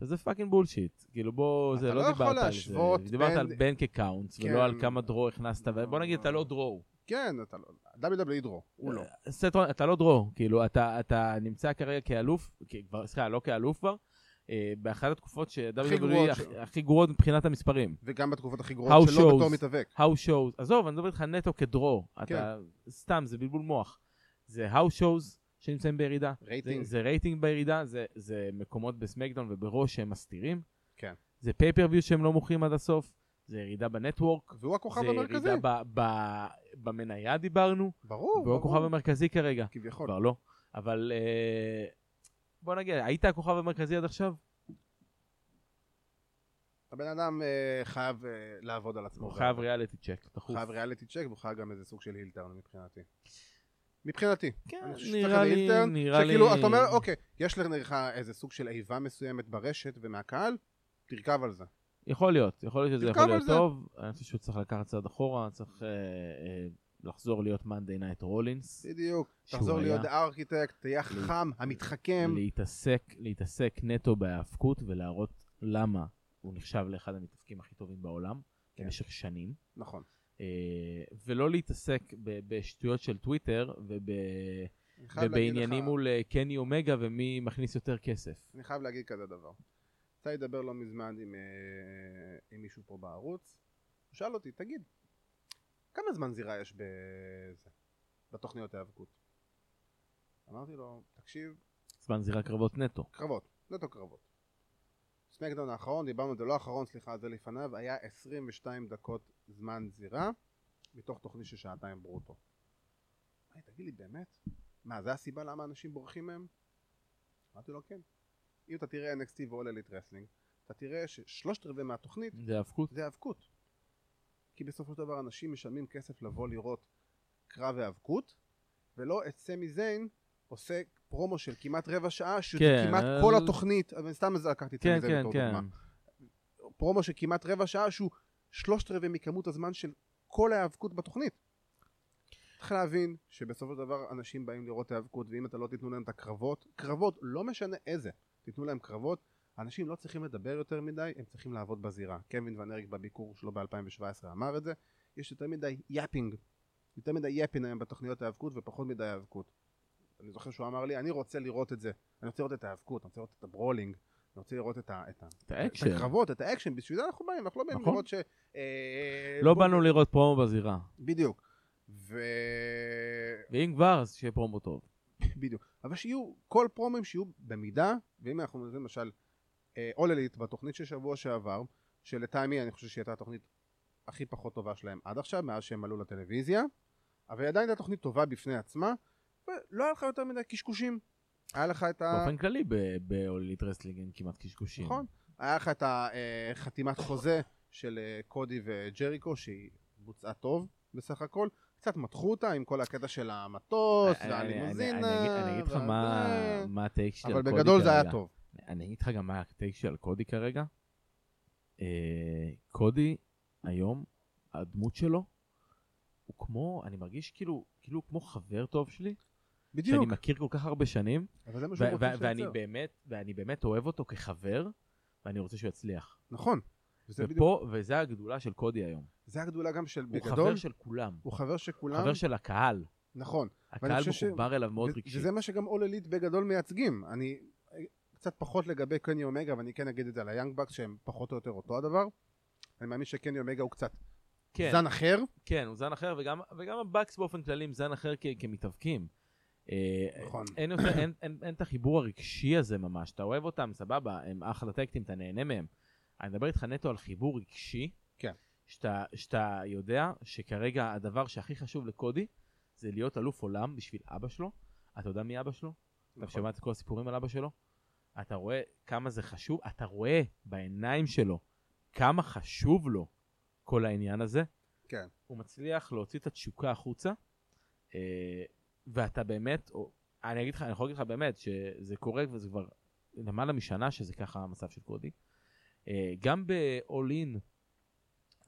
זה פאקינג בולשיט, כאילו בוא, אתה זה לא לא יכול דיברת על להשוות זה, דיברת בין- על בנק אקאונטס, כן. ולא על כמה דרו הכנסת, לא, ובוא נגיד לא, אתה לא לא. דרו. כן, אתה לא... WWE דרו. הוא אה, לא. סט רולינס, אתה לא דרור, כאילו, אתה, אתה נמצא כרגע כאלוף, כ- כבר, סליחה, לא כאלוף כבר, אה, באחת התקופות גרועות ש-WWE שלו. הכי גרועות מבחינת המספרים. וגם בתקופות הכי How גרועות שלו shows. בתור מתאבק. How shows, עזוב, אני מדבר איתך נטו כדרו, אתה, כן. סתם, זה בלבול מוח. זה How shows שנמצאים בירידה, זה, רייטינג. זה רייטינג בירידה, זה, זה מקומות בסמקדאון ובראש שהם מסתירים. כן. זה פייפריוויו שהם לא מוכרים עד הסוף, זה ירידה בנטוורק, והוא הכוכב זה המרכזי. ירידה ב, ב, במניה דיברנו, ברור. והוא ברור. הכוכב המרכזי כרגע. כביכול. כבר לא, אבל אה, בוא נגיד, היית הכוכב המרכזי עד עכשיו? הבן אדם אה, חייב אה, לעבוד על עצמו. הוא חייב ריאליטי צ'ק, הוא דחוף. חייב ריאליטי צ'ק, והוא חייב גם איזה סוג של הילטרן מבחינתי. מבחינתי. כן, אני חושב שצריך נראה איזה לי, הילטרן, נראה לי... שכאילו, אתה אומר, אוקיי, יש לך איזה סוג של איבה מסוימת ברשת ומהקהל, תרכב על זה. יכול להיות, יכול להיות שזה תרכב יכול על להיות זה. טוב. אני חושב שהוא צריך לקחת צעד אחורה, צריך אה, אה, לחזור להיות Monday Night Rollins. בדיוק. שהוא תחזור היה. להיות הארכיטקט, תהיה החם, המתחכם. להתעסק, להתעסק נטו בהאבקות ולהראות למה הוא נחשב לאחד המתאבקים הכי טובים בעולם כן. במשך שנים. נכון. אה, ולא להתעסק ב- בשטויות של טוויטר וב- אני חייב להגיד ובעניינים לך- מול אה, קני אומגה ומי מכניס יותר כסף. אני חייב להגיד כזה דבר. יצא לי לדבר לא מזמן עם, אה, עם מישהו פה בערוץ, הוא שאל אותי, תגיד, כמה זמן זירה יש בזה, בתוכניות ההיאבקות? אמרתי לו, תקשיב, זמן זירה קרבות נטו. לא קרבות, נטו קרבות. סמקדאון האחרון, דיברנו על זה לא האחרון, סליחה, זה לפניו, היה 22 דקות זמן זירה, מתוך תוכנית של שעתיים ברוטו. היי, תגיד לי, באמת? מה, זה הסיבה למה אנשים בורחים מהם? אמרתי לו, כן. אם אתה תראה NXT ו-All Elite Wrestling, אתה תראה ששלושת רבעי מהתוכנית זה האבקות. זה האבקות. כי בסופו של דבר אנשים משלמים כסף לבוא לראות קרב האבקות, ולא את סמי זיין עושה פרומו של כמעט רבע שעה, שזה כן, כמעט אבל- כל התוכנית, אבל סתם אז לקחתי את כן, סמי זיין כן, בתור כן. דוגמה. פרומו של כמעט רבע שעה שהוא שלושת רבעי מכמות הזמן של כל ההיאבקות בתוכנית. צריך להבין שבסופו של דבר אנשים באים לראות היאבקות, ואם אתה לא תיתנו להם את הקרבות, קרבות, לא משנה איזה, תיתנו להם קרבות, אנשים לא צריכים לדבר יותר מדי, הם צריכים לעבוד בזירה. קווין ון אריק בביקור שלו ב-2017 אמר את זה, יש יותר מדי יאפינג, יותר מדי יאפין היום בתוכניות ההיאבקות ופחות מדי היאבקות. אני זוכר שהוא אמר לי, אני רוצה לראות את זה, אני רוצה לראות את ההיאבקות, אני רוצה לראות את הברולינג, אני רוצה לראות את ה... את ה- את האקשן. את הקרבות, את האקשן, בשביל זה אנחנו באים, אנחנו לא באים נכון. לראות ש... אה, לא בוא- באנו לראות פרומו בזירה. בדיוק. ו... ואם כבר, אז שיהיה פרומו טוב. בדיוק. אבל שיהיו, כל פרומים שיהיו במידה, ואם אנחנו נראה למשל אה, All Elite בתוכנית של שבוע שעבר, שלטעמי אני חושב שהיא הייתה התוכנית הכי פחות טובה שלהם עד עכשיו, מאז שהם עלו לטלוויזיה, אבל היא עדיין הייתה תוכנית טובה בפני עצמה, ולא היה לך יותר מדי קשקושים. היה לך את ה... באופן כללי, באוליט רסלינג אין כמעט קשקושים. אה. נכון. היה לך את החתימת חוזה של אה, קודי וג'ריקו, שהיא בוצעה טוב בסך הכל. קצת מתחו אותה עם כל הקטע של המטוס, אני- אני- והלימוזינה. אה, אני- אני- אני אגיד לך וה- מה- אה, זה. מה הטייק שלי על אבל קודי כרגע. בגדול זה היה טוב. אני אגיד לך גם מה הטייק שלי על קודי כרגע. אה, קודי, היום, הדמות שלו, הוא כמו, אני מרגיש כאילו, כאילו הוא כמו חבר טוב שלי, שאני בדיוק. מכיר כל כך הרבה שנים, אבל זה מה שהוא ו- רוצה ו- ואני שייצר. באמת, ואני באמת אוהב אותו כחבר, ואני רוצה שהוא יצליח. נכון. וזה בדיוק. ופה, וזה הגדולה של קודי היום. זה הגדולה גם של הוא חבר בגדול. של כולם. הוא חבר של כולם. חבר של הקהל. נכון. הקהל חושב ש- מחובר אליו מאוד ו- רגשית. וזה מה שגם All Elite בגדול מייצגים. אני אה, קצת פחות לגבי קני אומגה, ואני כן אגיד את זה על היאנג בקס, שהם פחות או יותר אותו הדבר. אני מאמין שקני אומגה הוא קצת כן, זן אחר. כן, הוא זן אחר, וגם וגם הבקס באופן כללי הם זן אחר כ- כמתאבקים. אה, נכון. אין יותר- אין- אין- אין את החיבור הרגשי הזה ממש. אתה אוהב אותם, סבבה, הם אחלה טקטים, אתה נהנה מהם. אני מדבר איתך נטו על חיבור רגשי. כן. שאתה, שאתה יודע שכרגע הדבר שהכי חשוב לקודי זה להיות אלוף עולם בשביל אבא שלו. אתה יודע מי אבא שלו? אתה נכון. שומע את כל הסיפורים על אבא שלו? אתה רואה כמה זה חשוב, אתה רואה בעיניים שלו כמה חשוב לו כל העניין הזה. כן. הוא מצליח להוציא את התשוקה החוצה, אה, ואתה באמת, או- אני אגיד לך, אני יכול להגיד לך באמת, שזה קורה וזה כבר למעלה משנה שזה ככה המצב של קודי. אה, גם ב-all in,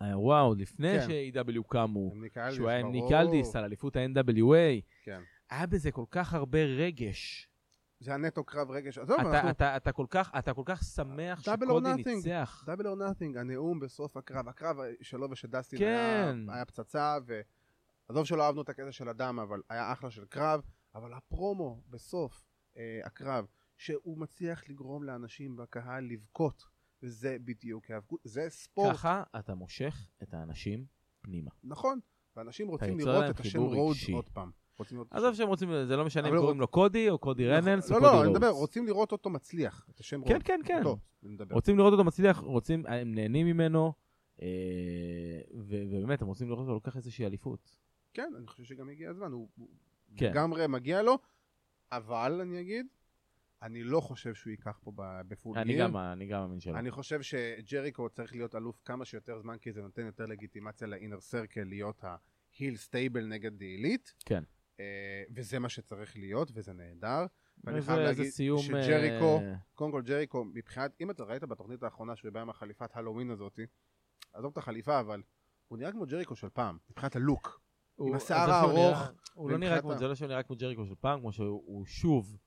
האירוע עוד לפני כן. ש-AW קמו, עם ניקלדיס, שהוא היה עם ברור. ניק אלדיס על אליפות ה-NWA, כן. היה בזה כל כך הרבה רגש. זה הנטו קרב רגש. עזוב, אתה- אנחנו... אתה- אתה כל כך- אתה כל כך שמח Double or שקודי nothing. ניצח. דאבל או נאטינג, הנאום בסוף הקרב. הקרב שלו ושל דסטין כן. היה, היה פצצה, ו... עזוב שלא אהבנו את הקטע של הדם, אבל היה אחלה של קרב, אבל הפרומו בסוף אה, הקרב שהוא מצליח לגרום לאנשים בקהל לבכות, וזה בדיוק ההיאבקות, זה ספורט, ככה אתה מושך את האנשים פנימה. נכון, ואנשים רוצים יוצר לראות להם את השם חיבור רודס רגשי. עוד פעם. רוצים לראות את עזוב השם- שהם רוצים, זה לא משנה אם אבל קוראים לו קודי או קודי נכון. רנלס או לא, קודי לא, אני מדבר, רודס. רוצים לראות אותו מצליח, את השם כן, רודס. כן, כן. אותו, אני מדבר. רוצים לראות אותו מצליח, רוצים, הם נהנים ממנו, אה, ו- ובאמת, הם רוצים לראות אותו לוקח איזושהי אליפות. כן, אני חושב שגם הגיע הזמן, הוא הוא כן. לגמרי מגיע לו, אבל אני אגיד, אני לא חושב שהוא ייקח פה ב- בפול אני גיר. גם לא אני גם מאמין שלא. אני חושב שג'ריקו צריך להיות אלוף כמה שיותר זמן, כי זה נותן יותר לגיטימציה לאינר סרקל להיות ההיל סטייבל נגד העילית. כן. אה, וזה מה שצריך להיות, וזה נהדר. ואני וזה- חייב זה להגיד סיום, שג'ריקו, אה, קודם כל ג'ריקו, מבחינת, אם אתה ראית בתוכנית האחרונה שהוא בא עם החליפת הלואוין הזאתי, עזוב את החליפה, אבל הוא נראה כמו ג'ריקו של פעם, מבחינת הלוק. הוא- השיער אז זה שהוא נראה- הארוך, הוא לא נראה ומבחינת כמו, ה- זה לא שהוא נראה כמו ג'ריקו של פעם, כמו שהוא הוא שוב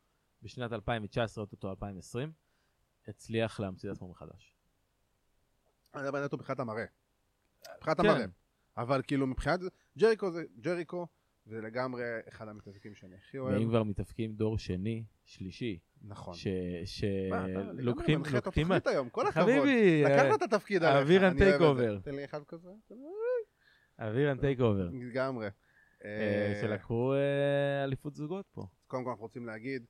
בשנת 2019, אוטוטו 2020, הצליח להמציא את עצמו מחדש. אני מדבר נטו מבחינת המראה. מבחינת כן. המראה. אבל כאילו מבחינת, ג'ריקו זה ג'ריקו, וזה לגמרי אחד המתעסקים שאני הכי ואם אוהב. כבר מתאפקים דור שני, שלישי, נכון. מה, אתה לגמרי שלוקחים, מנחה את לוקחים, התוכנית היום, כל הכבוד. חביבי, אה, לקחת את התפקיד עליך. האוויר אני אוהב את and take זה. over. תן לי אחד כזה. תן לי- אווירן טייק אובר, לגמרי. אה, שלקחו אה, אליפות זוגות פה. קודם כל אנחנו רוצים להגיד,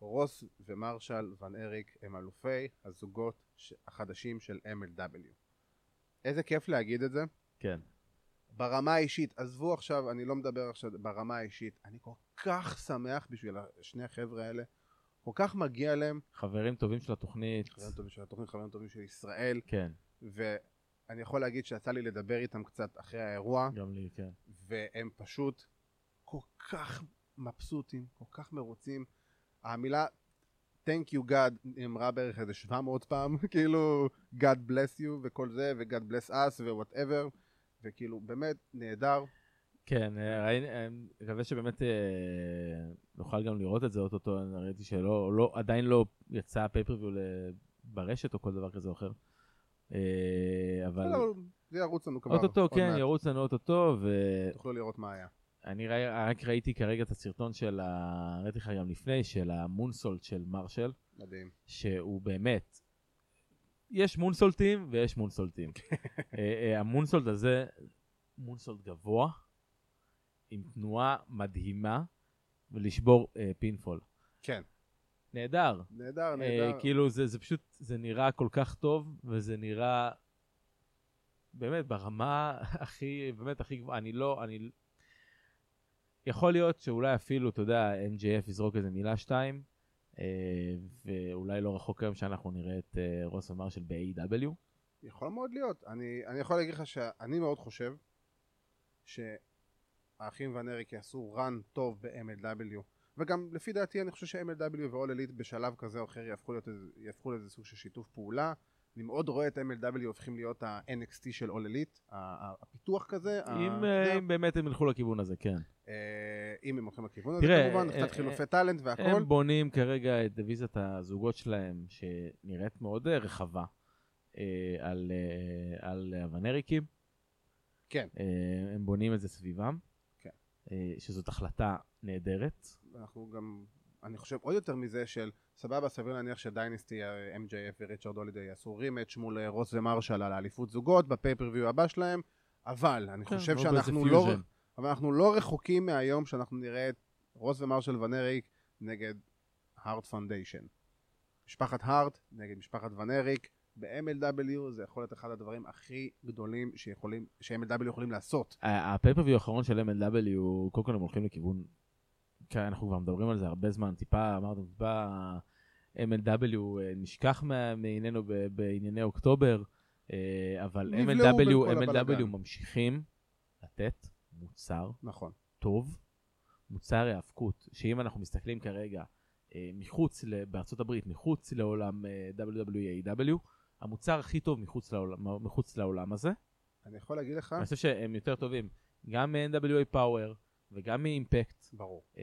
רוס ומרשל ון אריק הם אלופי הזוגות ש- החדשים של MLW. איזה כיף להגיד את זה. כן. ברמה האישית, עזבו עכשיו, אני לא מדבר עכשיו ברמה האישית, אני כל כך שמח בשביל שני החבר'ה האלה, כל כך מגיע להם, חברים טובים של התוכנית. חברים טובים של התוכנית, חברים טובים של ישראל, כן, ואני יכול להגיד שיצא לי לדבר איתם קצת אחרי האירוע, גם לי, כן. והם פשוט כל כך מבסוטים, כל כך מרוצים. המילה Thank you God נאמרה בערך איזה 700 פעם, כאילו God bless you וכל זה, ו-God bless us ו-whatever, וכאילו באמת נהדר. כן, אה, ראינו, אה, מקווה שבאמת אה, נוכל גם לראות את זה אוטוטו, אני ראיתי שלא, לא, עדיין לא יצא הפייפריוויו ברשת או כל דבר כזה או אחר. אה, אבל אבל זה ירוץ לנו לא, כבר. אוטוטו, עוד כן, מעט. ירוץ לנו אוטוטו, ו- תוכלו לראות מה היה. אני ראי- רק ראיתי כרגע את הסרטון של ה... ראיתי לך גם לפני, של המונסולט של מרשל, מדהים. שהוא באמת, יש מונסולטים ויש מונסולטים. אה, אה, המונסולט הזה, מונסולט גבוה, עם תנועה מדהימה, ולשבור אה, פינפול. כן, נהדר. נהדר, אה, נהדר. כאילו זה, זה פשוט, זה נראה כל כך טוב, וזה נראה באמת ברמה הכי, באמת הכי גבוהה, אני לא, אני... יכול להיות שאולי אפילו, אתה יודע, MJF יזרוק איזה מילה שתיים, אה, ואולי לא רחוק היום שאנחנו נראה את אה, רוס ומרשל ב-AW. יכול מאוד להיות. אני, אני יכול להגיד לך שאני מאוד חושב שהאחים ון אריק יעשו רן טוב ב-MLW. וגם לפי דעתי אני חושב ש-MLW ו-all elite בשלב כזה או אחר יהפכו, להיות, איזה- יהפכו לאיזה סוג של שיתוף פעולה. אני מאוד רואה את MLW הופכים להיות ה-NXT של all elite, ה- ה- הפיתוח כזה. ה- אם, אתה יודע, אה, אם באמת הם ילכו לכיוון הזה, כן. אה, אם הם הולכים לכיוון הזה תראה, כמובן, אה, קצת חילופי אה, טאלנט והכל. הם בונים כרגע את דיוויזת הזוגות שלהם, שנראית מאוד אה, רחבה, אה, על, אה, על הוונריקים. כן. אה, הם בונים את זה סביבם. כן. אה, שזאת החלטה נהדרת. אנחנו גם, אני חושב עוד יותר מזה של סבבה סביר להניח שדיינסטי, אה, MJF וריצ'רד הולידי יעשו רימץ' מול אה, רוס ומרשל על האליפות זוגות בפייפריוויו הבא שלהם, אבל אני כן, חושב או באיזה שאנחנו לא, פיוז'ן. אבל אנחנו לא רחוקים מהיום שאנחנו נראה את רוס ומרשל ונריק נגד הארט פונדיישן. משפחת הארט נגד משפחת ונריק ב-MLW זה יכול להיות אחד הדברים הכי גדולים שיכולים, ש-MLW יכולים לעשות. ה- הפייפריוויו האחרון של MLW, קודם כל הם הולכים לכיוון, כן, אנחנו כבר מדברים על זה הרבה זמן, טיפה, אמרתם, טיפה MLW אה, נשכח מה- מעינינו ב- בענייני אוקטובר, אה, אבל נבלעו בין MLW, כל MLW הבלגן. ממשיכים לתת מוצר נכון. טוב, מוצר היאבקות, שאם אנחנו מסתכלים כרגע אה, מחוץ, ל- בארצות הברית, מחוץ לעולם אה, WWE, המוצר הכי טוב מחוץ לעולם, מחוץ לעולם הזה, אה? אני יכול להגיד לך, אני חושב שהם יותר טובים, גם מ-NWA Power וגם מ-Impact, ברור. אה,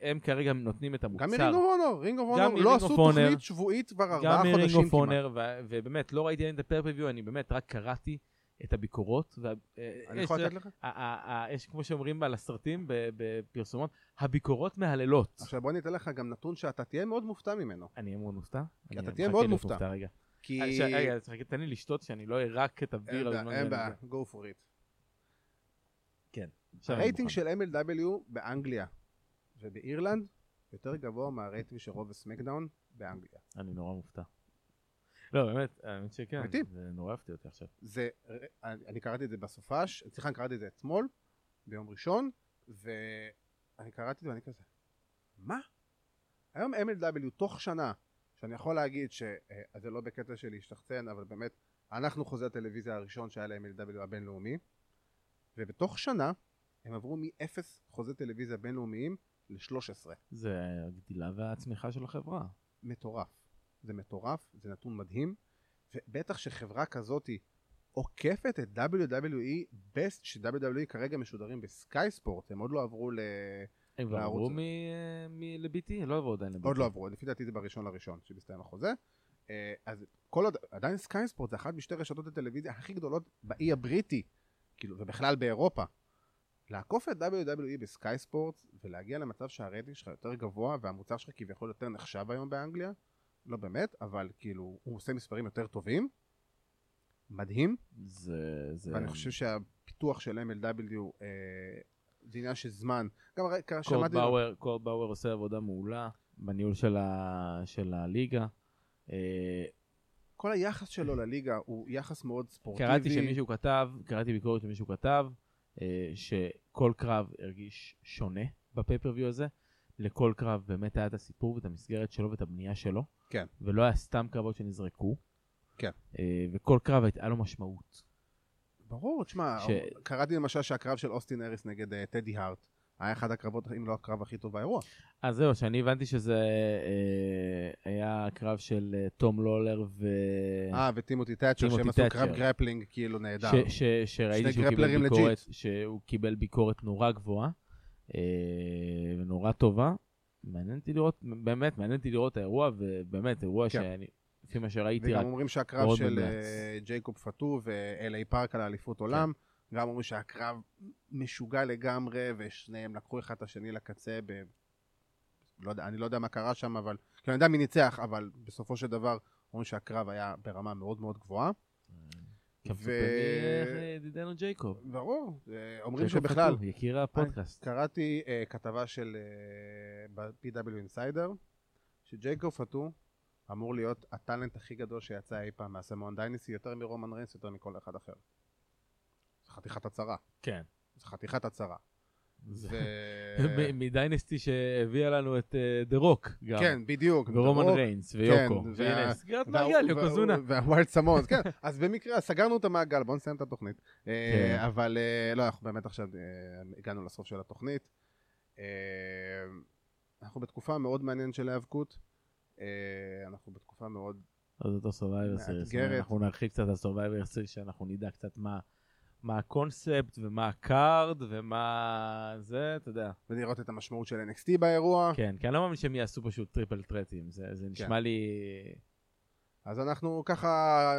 הם כרגע נותנים את המוצר. גם מרינג אוף אונור, רינג אוף גם אונור מרינג לא עשו אוף אונר, תוכנית שבועית כבר ארבעה גם מרינג חודשים אוף כמעט. אונר, ו- ובאמת, לא ראיתי עדיין את הפרפריוויו, אני באמת רק קראתי את הביקורות. וה- אה, אני יש, יכול אתה יודע, לתת לך? ה- ה- ה- יש, כמו שאומרים על הסרטים, ב- בפרסומות, הביקורות מהללות. עכשיו בוא אני אתן לך גם נתון שאתה תהיה מאוד מופתע ממנו. אני אמור מופתע? אני אתה תהיה מחכה מאוד להיות מופתע. רגע. כי... אה, ש- רגע, אז חכה, תן לי לשתות שאני לא ארק את אין הבירה. בעיה, בזמן אין שאני- בעיה, go for it. עכשיו אני הרייטינג מוכן. של MLW באנגליה ובאירלנד יותר גבוה מהרייטינג של רוב הסמקדאון באנגליה. אני נורא מופתע. לא, באמת, האמת שכן. אמיתי? זה נורא הפתיע אותי עכשיו. זה, אני אני קראתי את זה בסופש, סליחה, אני קראתי את זה אתמול, ביום ראשון, ואני קראתי את זה ואני כזה, מה? היום MLW תוך שנה, שאני יכול להגיד שזה לא בקטע של להשתחצן, אבל באמת, אנחנו חוזה הטלוויזיה הראשון שהיה ל-MLW הבינלאומי, ובתוך שנה הם עברו מ-0 חוזה טלוויזיה בינלאומיים ל-13. זה הגדילה והצמיחה של החברה. מטורף. זה מטורף, זה נתון מדהים, ובטח שחברה כזאתי עוקפת את WWE, best ש-WWE כרגע משודרים בסקאי ספורט, הם עוד לא עברו ל... הם כבר לערוץ עברו הזה. מ- מ- ל-BT? לא עברו עדיין ל-BT. עוד לא עברו, לפי דעתי זה בראשון לראשון, שמסתיים החוזה. אה, אז כל עוד, עדיין סקאי ספורט זה אחת משתי רשתות הטלוויזיה הכי גדולות באי הבריטי, כאילו, ובכלל באירופה. לעקוף את WWE בסקאי ספורט ולהגיע למצב שהרייטינג שלך יותר גבוה והמוצר שלך כביכול יותר נחשב היום באנגליה, לא באמת, אבל כאילו הוא עושה מספרים יותר טובים, מדהים, זה... זה... ואני חושב שהפיתוח של MLW אה, זה עניין של זמן. גם הרי- כ- קורט שמעתי- באואר, קורט באואר עושה עבודה מעולה בניהול של, ה... של הליגה. אה, כל היחס שלו לליגה הוא יחס מאוד ספורטיבי. קראתי שמישהו כתב, קראתי ביקורת שמישהו כתב, אה, שכל קרב הרגיש שונה בפייפריוויו הזה. לכל קרב באמת היה את הסיפור ואת המסגרת שלו ואת הבנייה שלו. כן. ולא היה סתם קרבות שנזרקו. כן. אה, וכל קרב הייתה לו משמעות. ברור, תשמע, ש- קראתי למשל שהקרב של אוסטין אריס נגד אה, טדי הארט היה אחד הקרבות, אם לא הקרב הכי טוב באירוע. אז זהו, שאני הבנתי שזה אה, היה קרב של אה, תום לולר ו... אה, וטימותי תאצ'ר, כן. טימותי שהם עשו תאצ'ר. קרב גרפלינג כאילו נהדר. ש- ש- שראיתי שני שהוא קיבל, גרפלרים ביקורת, לג'יט. שהוא קיבל ביקורת נורא גבוהה אה, ונורא טובה. מעניין אותי לראות, באמת, מעניין אותי לראות האירוע, ובאמת, אירוע כן. שאני, לפי מה שראיתי, וגם רק אומרים שהקרב מאוד של מומלץ. כן. אה, ג'ייקוב פאטו ואלי פארק על האליפות עולם, גם אומרים שהקרב משוגע לגמרי, ושניהם לקחו אחד את השני לקצה ב... לא יודע, אני לא יודע מה קרה שם, אבל... כאילו, אני יודע מי ניצח, אבל בסופו של דבר אומרים שהקרב היה ברמה מאוד מאוד גבוהה. כפוף ו- ידידנו אה, ג'ייקוב. ברור, אה, אומרים ג'ייקוב שבכלל... אה, חתול, יקיר הפודקאסט. קראתי אה, כתבה של אה, ב-PW Insider, שג'ייקוב פטו אמור להיות הטאלנט הכי גדול שיצא אי פעם מהסמואן דיינסי, יותר מרומן ריינס, יותר מכל אחד אחר. זה חתיכת הצהרה. כן. זה חתיכת הצהרה. זה- ו... מ- מדיינסטי שהביאה לנו את דה רוק, גם. כן, בדיוק. ורומן ברור. ריינס ויוקו. וה- והנה, סגירת וה- מעגל, וה- יוקוזונה. והווילד סמונס, כן. אז במקרה, סגרנו את המעגל, בואו נסיים את התוכנית. אה, כן. אבל אה, לא, אנחנו באמת עכשיו אה, הגענו לסוף של התוכנית. אה, אנחנו בתקופה מאוד מעניינת של היאבקות. אה, אנחנו בתקופה מאוד... אז אותו סורווייבר סיריס, מאתגרת. אנחנו נרחיב קצת על סורווייבר סיריס, שאנחנו נדע קצת מה, מה הקונספט ומה הקארד ומה זה, אתה יודע. ולראות את המשמעות של NXT באירוע. כן, כי אני לא מאמין שהם יעשו פשוט טריפל טרטים, זה, כן. זה נשמע לי... אז אנחנו ככה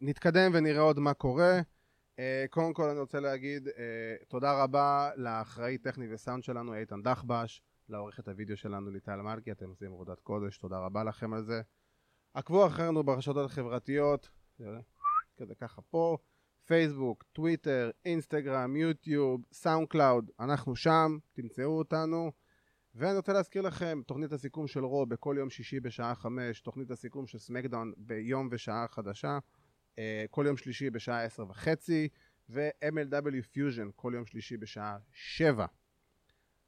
נתקדם ונראה עוד מה קורה. אה, קודם כל אני רוצה להגיד אה, תודה רבה לאחראי טכני וסאונד שלנו איתן דחבש, לעורכת הוידאו שלנו ליטל מלכי, אתם עושים עבודת קודש, תודה רבה לכם על זה. עקבו אחרינו ברשתות החברתיות, כזה ככה פה, פייסבוק, טוויטר, אינסטגרם, יוטיוב, סאונד קלאוד, אנחנו שם, תמצאו אותנו. ואני רוצה להזכיר לכם, תוכנית הסיכום של רו בכל יום שישי בשעה חמש, תוכנית הסיכום של סמקדאון ביום ושעה חדשה, אה, כל יום שלישי בשעה עשר וחצי, ו-MLW פיוז'ן כל יום שלישי בשעה שבע.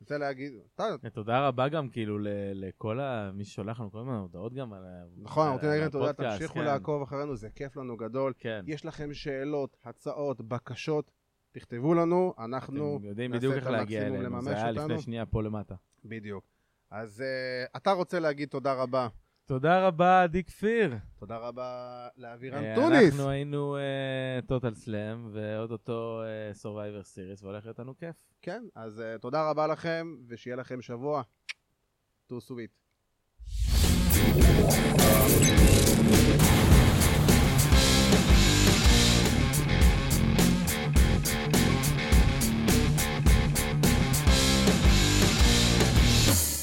אני רוצה להגיד, אתה, תודה רבה גם כאילו ל- לכל ה... מי ששולח לנו כל הזמן הודעות גם על ה... נכון, אני רוצה על להגיד לכם תודה, הפודקאסט, תמשיכו אה, כן, לעקוב אחרינו, זה כיף לנו גדול. כן, יש לכם שאלות, הצעות, בקשות, תכתבו לנו, אנחנו, אתם יודעים נעשה בדיוק את איך להגיע המקסימום אלינו, זה לממש היה לפני אותנו. שנייה פה למטה. בדיוק. אז אה, אתה רוצה להגיד תודה רבה. תודה רבה, עדי כפיר. תודה רבה לאבירן אה, טוניס. אנחנו היינו טוטל סלאם ואו-טו-טו סורווייבר סיריס, והולך להיות לנו כיף. כן, אז אה, תודה רבה לכם, ושיהיה לכם שבוע. טו סוויט.